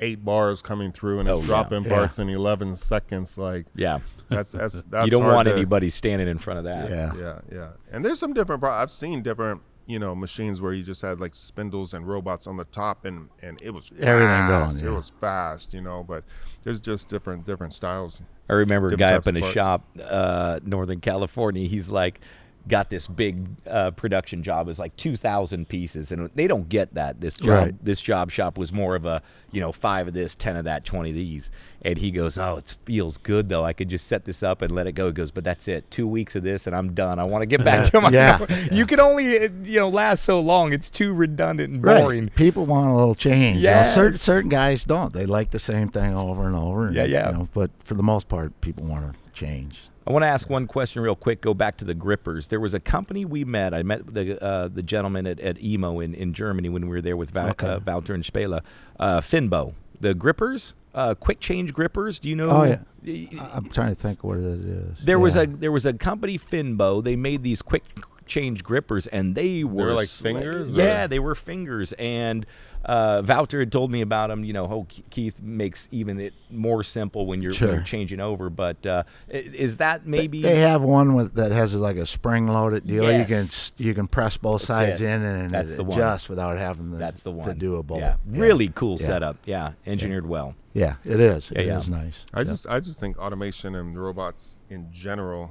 Speaker 1: eight bars coming through and
Speaker 3: Oh,
Speaker 1: it's
Speaker 3: yeah.
Speaker 1: dropping
Speaker 2: Yeah.
Speaker 1: parts in eleven seconds. Like
Speaker 3: Yeah,
Speaker 1: that's that's that's
Speaker 3: you don't
Speaker 1: hard
Speaker 3: want
Speaker 1: to-
Speaker 3: anybody standing in front of that.
Speaker 2: Yeah.
Speaker 1: yeah yeah and there's some different pro- i've seen different you know machines where you just had like spindles and robots on the top and and it was
Speaker 2: Everything
Speaker 1: fast.
Speaker 2: going,
Speaker 1: it
Speaker 2: yeah.
Speaker 1: was fast you know but there's just different different styles
Speaker 3: I remember a
Speaker 1: Different
Speaker 3: guy
Speaker 1: types
Speaker 3: up in
Speaker 1: of
Speaker 3: his
Speaker 1: parts.
Speaker 3: shop, uh, Northern California. He's like, got this big uh, production job. It's like two thousand pieces, and they don't get that. This job,
Speaker 2: Right.
Speaker 3: this job shop was more of a, you know, five of this, ten of that, twenty of these. And he goes, "Oh, it feels good though. I could just set this up and let it go." He goes, "But that's it. Two weeks of this, and I'm done. I want to get back to my.
Speaker 2: Yeah.
Speaker 3: You can only, uh, you know, last so long. It's too redundant and boring."
Speaker 2: Right. People want a little change. Yeah. certain
Speaker 3: Yes.
Speaker 2: certain guys don't. They like the same thing over and over. and,
Speaker 3: Yeah, yeah.
Speaker 2: you know, but for the most part, people want to change.
Speaker 3: I want to ask one question real quick. Go back to the grippers. There was a company we met. I met the uh, the gentleman at, at emo in, in Germany when we were there with Val, uh, Walter and Spela. Uh, Finbo, the grippers, uh, quick change grippers. Do you know?
Speaker 2: Oh, yeah.
Speaker 3: Y- y-
Speaker 2: I- I'm trying to think what it is.
Speaker 3: There was
Speaker 2: Yeah.
Speaker 3: a there was a company Finbo. They made these quick change grippers, and they were
Speaker 1: like
Speaker 3: slick.
Speaker 1: fingers,
Speaker 3: Yeah,
Speaker 1: or-
Speaker 3: they were fingers. And uh, Vouter had told me about them. You know, oh, Ke- Keith makes even it more simple when you're, when you're
Speaker 2: Sure.
Speaker 3: changing over. But uh, i- is that maybe?
Speaker 2: They have one with that has like a spring loaded deal. You can s-
Speaker 3: Yes.
Speaker 2: you can press both
Speaker 3: That's
Speaker 2: sides
Speaker 3: it.
Speaker 2: in and
Speaker 3: That's
Speaker 2: it
Speaker 3: the one.
Speaker 2: adjusts without having the,
Speaker 3: That's the one.
Speaker 2: to do a bolt.
Speaker 3: Yeah.
Speaker 2: Yeah.
Speaker 3: Really cool
Speaker 2: Yeah.
Speaker 3: setup. Yeah. Engineered well.
Speaker 2: Yeah, it is. It is
Speaker 3: yeah.
Speaker 2: nice.
Speaker 1: i just i just think automation and robots in general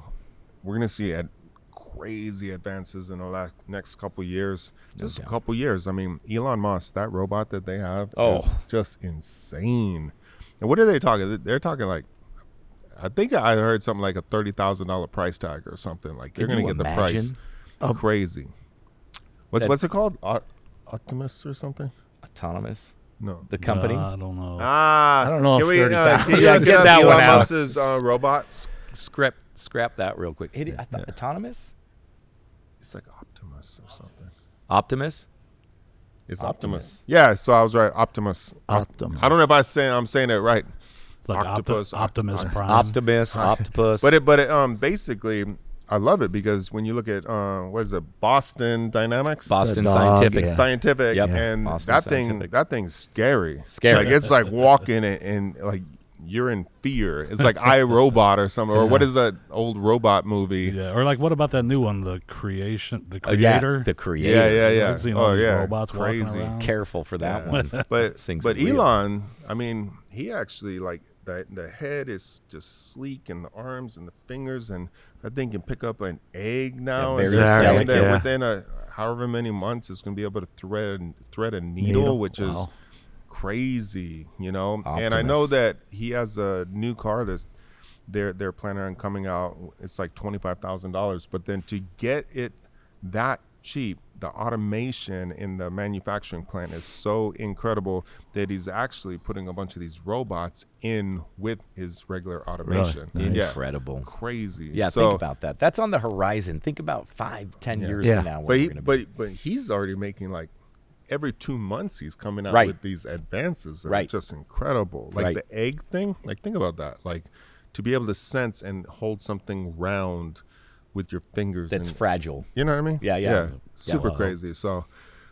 Speaker 1: we're gonna see ad- crazy advances in the la- next couple years just a couple years i mean elon musk that robot that they have
Speaker 3: Oh.
Speaker 1: is just insane and what are they talking they're talking like I think I heard something like a thirty thousand dollar price tag or something. Like you're
Speaker 3: Can
Speaker 1: gonna
Speaker 3: you
Speaker 1: get the price.
Speaker 3: imagine?
Speaker 1: Crazy. What's
Speaker 3: That-
Speaker 1: what's it called? O- Optimus or something?
Speaker 3: Autonomous.
Speaker 1: No.
Speaker 3: The company.
Speaker 4: Uh, I don't know.
Speaker 1: ah,
Speaker 2: I don't know
Speaker 1: Can
Speaker 2: if
Speaker 1: we, uh,
Speaker 2: 30,000
Speaker 1: can you
Speaker 3: Yeah,
Speaker 1: look
Speaker 3: get
Speaker 1: up
Speaker 3: that
Speaker 1: Elon
Speaker 3: one out.
Speaker 1: Musk's uh, robot?
Speaker 3: Scrap scrap that real quick. It, I thought autonomous?
Speaker 1: It's like Optimus or something.
Speaker 3: Optimus?
Speaker 1: It's
Speaker 3: Optimus.
Speaker 1: Optimus. Yeah, so I was right. Optimus.
Speaker 2: Optimus.
Speaker 1: I don't know if I say I'm saying it right.
Speaker 4: It's like Opti-
Speaker 1: Octopus, oct-
Speaker 4: Optimus Prime.
Speaker 3: Optimus, octopus.
Speaker 1: But it but it, um basically I love it because when you look at uh, what is it, Boston Dynamics?
Speaker 3: Boston
Speaker 2: It's a dog,
Speaker 3: Scientific.
Speaker 2: yeah.
Speaker 1: scientific
Speaker 3: Yep.
Speaker 1: and
Speaker 3: Boston
Speaker 1: that thing
Speaker 3: Scientific.
Speaker 1: that thing's scary
Speaker 3: Scary.
Speaker 1: like it's like walking and, and like you're in fear it's like i robot or something or what is that old robot movie yeah
Speaker 4: Yeah. Or like, what about that new one, the creation, the
Speaker 3: Oh, yeah,
Speaker 4: creator?
Speaker 3: The creator.
Speaker 1: yeah yeah,
Speaker 4: I've seen all
Speaker 1: oh
Speaker 4: these
Speaker 1: yeah
Speaker 4: robots walking around.
Speaker 3: Careful for that
Speaker 1: Yeah.
Speaker 3: one.
Speaker 1: but
Speaker 3: This thing's
Speaker 1: but
Speaker 3: real.
Speaker 1: elon i mean he actually like the, the head is just sleek and the arms and the fingers and i think can pick up an egg now
Speaker 3: very
Speaker 1: and
Speaker 2: delicate.
Speaker 1: within,
Speaker 2: Yeah.
Speaker 1: within a however many months it's going to be able to thread thread a needle,
Speaker 2: Needle,
Speaker 1: which is
Speaker 2: wow.
Speaker 1: crazy, you know. And I know
Speaker 3: Optimus.
Speaker 1: that he has a new car that's they're they're planning on coming out. It's like twenty five thousand dollars, but then to get it that cheap. The automation in the manufacturing plant is so incredible that he's actually putting a bunch of these robots in with his regular automation. Yeah.
Speaker 3: Incredible.
Speaker 1: Crazy.
Speaker 3: Yeah,
Speaker 1: so,
Speaker 3: think about that. That's on the horizon. Think about five, ten years
Speaker 2: Yeah.
Speaker 3: from now. where
Speaker 1: But he,
Speaker 3: we're gonna be.
Speaker 1: but but he's already making like every two months he's coming out
Speaker 3: Right.
Speaker 1: with these advances that
Speaker 3: Right.
Speaker 1: are just incredible. Like
Speaker 3: Right.
Speaker 1: the egg thing. Like think about that. Like to be able to sense and hold something round with your fingers.
Speaker 3: that's
Speaker 1: and,
Speaker 3: fragile.
Speaker 1: you know what I mean?
Speaker 3: Yeah, yeah. Yeah,
Speaker 1: super
Speaker 3: well-
Speaker 1: crazy. So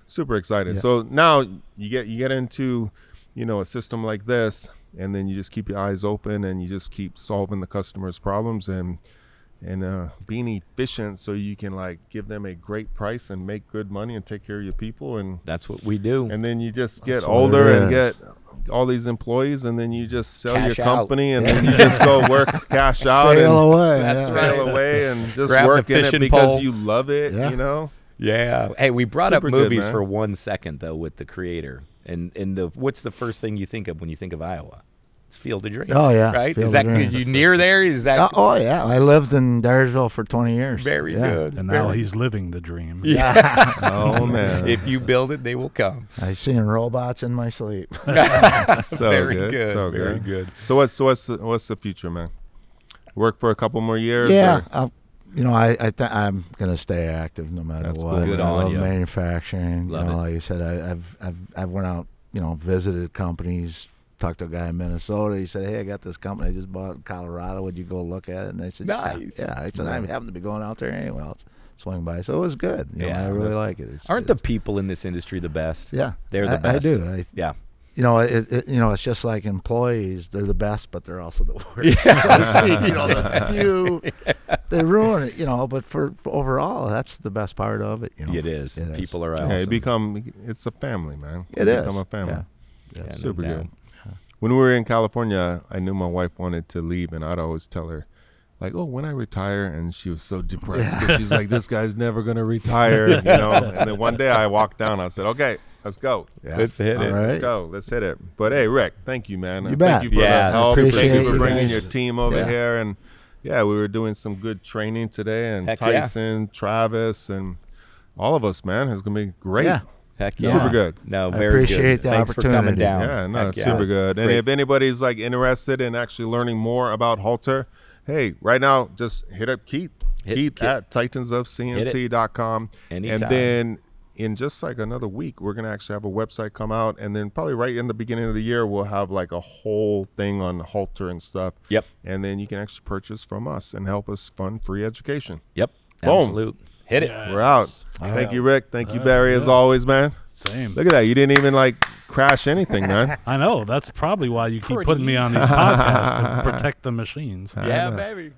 Speaker 1: super excited. So now you get you get into you know a system like this, and then you just keep your eyes open and you just keep solving the customer's problems and and uh, being efficient so you can like give them a great price and make good money and take care of your people and
Speaker 3: That's what we do.
Speaker 1: and then you just get
Speaker 2: That's what
Speaker 1: older
Speaker 2: it
Speaker 1: and get all these employees and then you just sell
Speaker 3: Cash
Speaker 1: your
Speaker 3: out.
Speaker 1: company and then you just go work cash out and
Speaker 2: Sail away.
Speaker 3: That's
Speaker 2: yeah.
Speaker 3: right.
Speaker 1: sail away and just
Speaker 3: Grab the
Speaker 1: work in it
Speaker 3: fishing
Speaker 1: because
Speaker 3: pole.
Speaker 1: you love it
Speaker 2: Yeah.
Speaker 1: you know
Speaker 3: Yeah. Hey, we brought
Speaker 1: Super
Speaker 3: up
Speaker 1: good,
Speaker 3: movies
Speaker 1: man.
Speaker 3: for one second though with the creator. And and the what's the first thing you think of when you think of Iowa? It's Field of Dreams.
Speaker 2: Oh, yeah.
Speaker 3: Right?
Speaker 2: Field
Speaker 3: is
Speaker 2: of
Speaker 3: that
Speaker 2: Dreams.
Speaker 3: you near there? Is that
Speaker 2: Uh, oh yeah, I lived in Dyersville for 20 years.
Speaker 3: very
Speaker 2: Yeah.
Speaker 3: good?
Speaker 4: And now
Speaker 3: Very-
Speaker 4: he's living the dream.
Speaker 3: yeah.
Speaker 1: oh man
Speaker 3: if you build it, they will come.
Speaker 2: I seen robots in my sleep.
Speaker 1: so
Speaker 3: Very
Speaker 1: good,
Speaker 3: good,
Speaker 1: so
Speaker 3: very
Speaker 1: good.
Speaker 3: good.
Speaker 1: So what's so what's the, what's the future, man? Work for a couple more years.
Speaker 2: yeah,
Speaker 1: or-
Speaker 2: i you know, I, I th- I'm gonna stay active no matter
Speaker 1: That's
Speaker 2: what.
Speaker 1: cool.
Speaker 3: Good
Speaker 2: I
Speaker 3: on
Speaker 2: love
Speaker 3: ya.
Speaker 2: manufacturing.
Speaker 3: Love
Speaker 2: you know,
Speaker 3: it.
Speaker 2: like I said, I, I've I've I've went out, you know, visited companies. Talked to a guy in Minnesota. He said, "Hey, I got this company I just bought in Colorado. Would you go look at it?" And I said, "Yeah."
Speaker 3: Nice.
Speaker 2: Yeah, I said, "I happen to be going out there anyway." I'll s- swing by, so it was good. You know,
Speaker 3: Yeah,
Speaker 2: I really
Speaker 3: that's-
Speaker 2: like it. It's,
Speaker 3: Aren't the
Speaker 2: it's-
Speaker 3: people in this industry the best?
Speaker 2: yeah?
Speaker 3: They're the
Speaker 2: I,
Speaker 3: best.
Speaker 2: I do. I,
Speaker 3: Yeah.
Speaker 2: you know, it, it, you know, it's just like employees. They're the best, but they're also the worst. so to speak. you know, the few they ruin it. You know, but for, for overall, that's the best part of it. You know,
Speaker 3: It is.
Speaker 2: It is.
Speaker 3: People are
Speaker 1: Yeah,
Speaker 3: awesome.
Speaker 1: you become it's a family, man.
Speaker 2: It
Speaker 1: you
Speaker 2: is.
Speaker 1: become a family.
Speaker 2: Yeah.
Speaker 3: Yeah, no
Speaker 1: Super
Speaker 3: doubt.
Speaker 1: good. When we were in California, I knew my wife wanted to leave, and I'd always tell her, like, "Oh, when I retire," and she was so depressed. 'cause She's like, "This guy's never gonna retire," you know. And then one day I walked down. I said, "Okay, let's go."
Speaker 2: Yeah.
Speaker 3: Let's hit
Speaker 2: All
Speaker 3: it.
Speaker 2: right.
Speaker 1: Let's go. Let's hit it. But hey, Rick, thank you, man. thank
Speaker 2: bet.
Speaker 1: you for
Speaker 3: Yeah,
Speaker 1: the help. Thank
Speaker 2: appreciate
Speaker 1: you for
Speaker 2: you
Speaker 1: bringing
Speaker 2: guys.
Speaker 1: your team over
Speaker 2: Yeah.
Speaker 1: here. And yeah, we were doing some good training today. And
Speaker 3: Heck yeah.
Speaker 1: Tyson, Travis, and all of us, man, it's gonna be great.
Speaker 2: Yeah.
Speaker 3: Heck yeah.
Speaker 1: Super good.
Speaker 3: No,
Speaker 2: I
Speaker 3: very
Speaker 2: appreciate
Speaker 3: good.
Speaker 2: the
Speaker 3: Thanks for coming
Speaker 2: opportunity.
Speaker 3: down.
Speaker 1: Yeah, no,
Speaker 3: Heck yeah.
Speaker 1: super good. And
Speaker 3: Great.
Speaker 1: if anybody's like interested in actually learning more about Halter, hey, right now just hit up Keith.
Speaker 3: Hit
Speaker 1: Keith,
Speaker 3: Keith.
Speaker 1: at titansofcnc.com. And
Speaker 3: Anytime.
Speaker 1: then in just like another week, we're gonna actually have a website come out, and then probably right in the beginning of the year, we'll have like a whole thing on halter and stuff.
Speaker 3: Yep.
Speaker 1: And then you can actually purchase from us and help us fund free education.
Speaker 3: Yep.
Speaker 1: Boom.
Speaker 3: Absolute. Hit it.
Speaker 1: We're out. Thank you, Rick. Thank you, Barry, as always, man.
Speaker 4: Same.
Speaker 1: Look at that. You didn't even like crash anything, man.
Speaker 4: I know. That's probably why you keep
Speaker 3: Pretty
Speaker 4: putting me on these podcasts to protect the machines.
Speaker 3: Yeah, baby.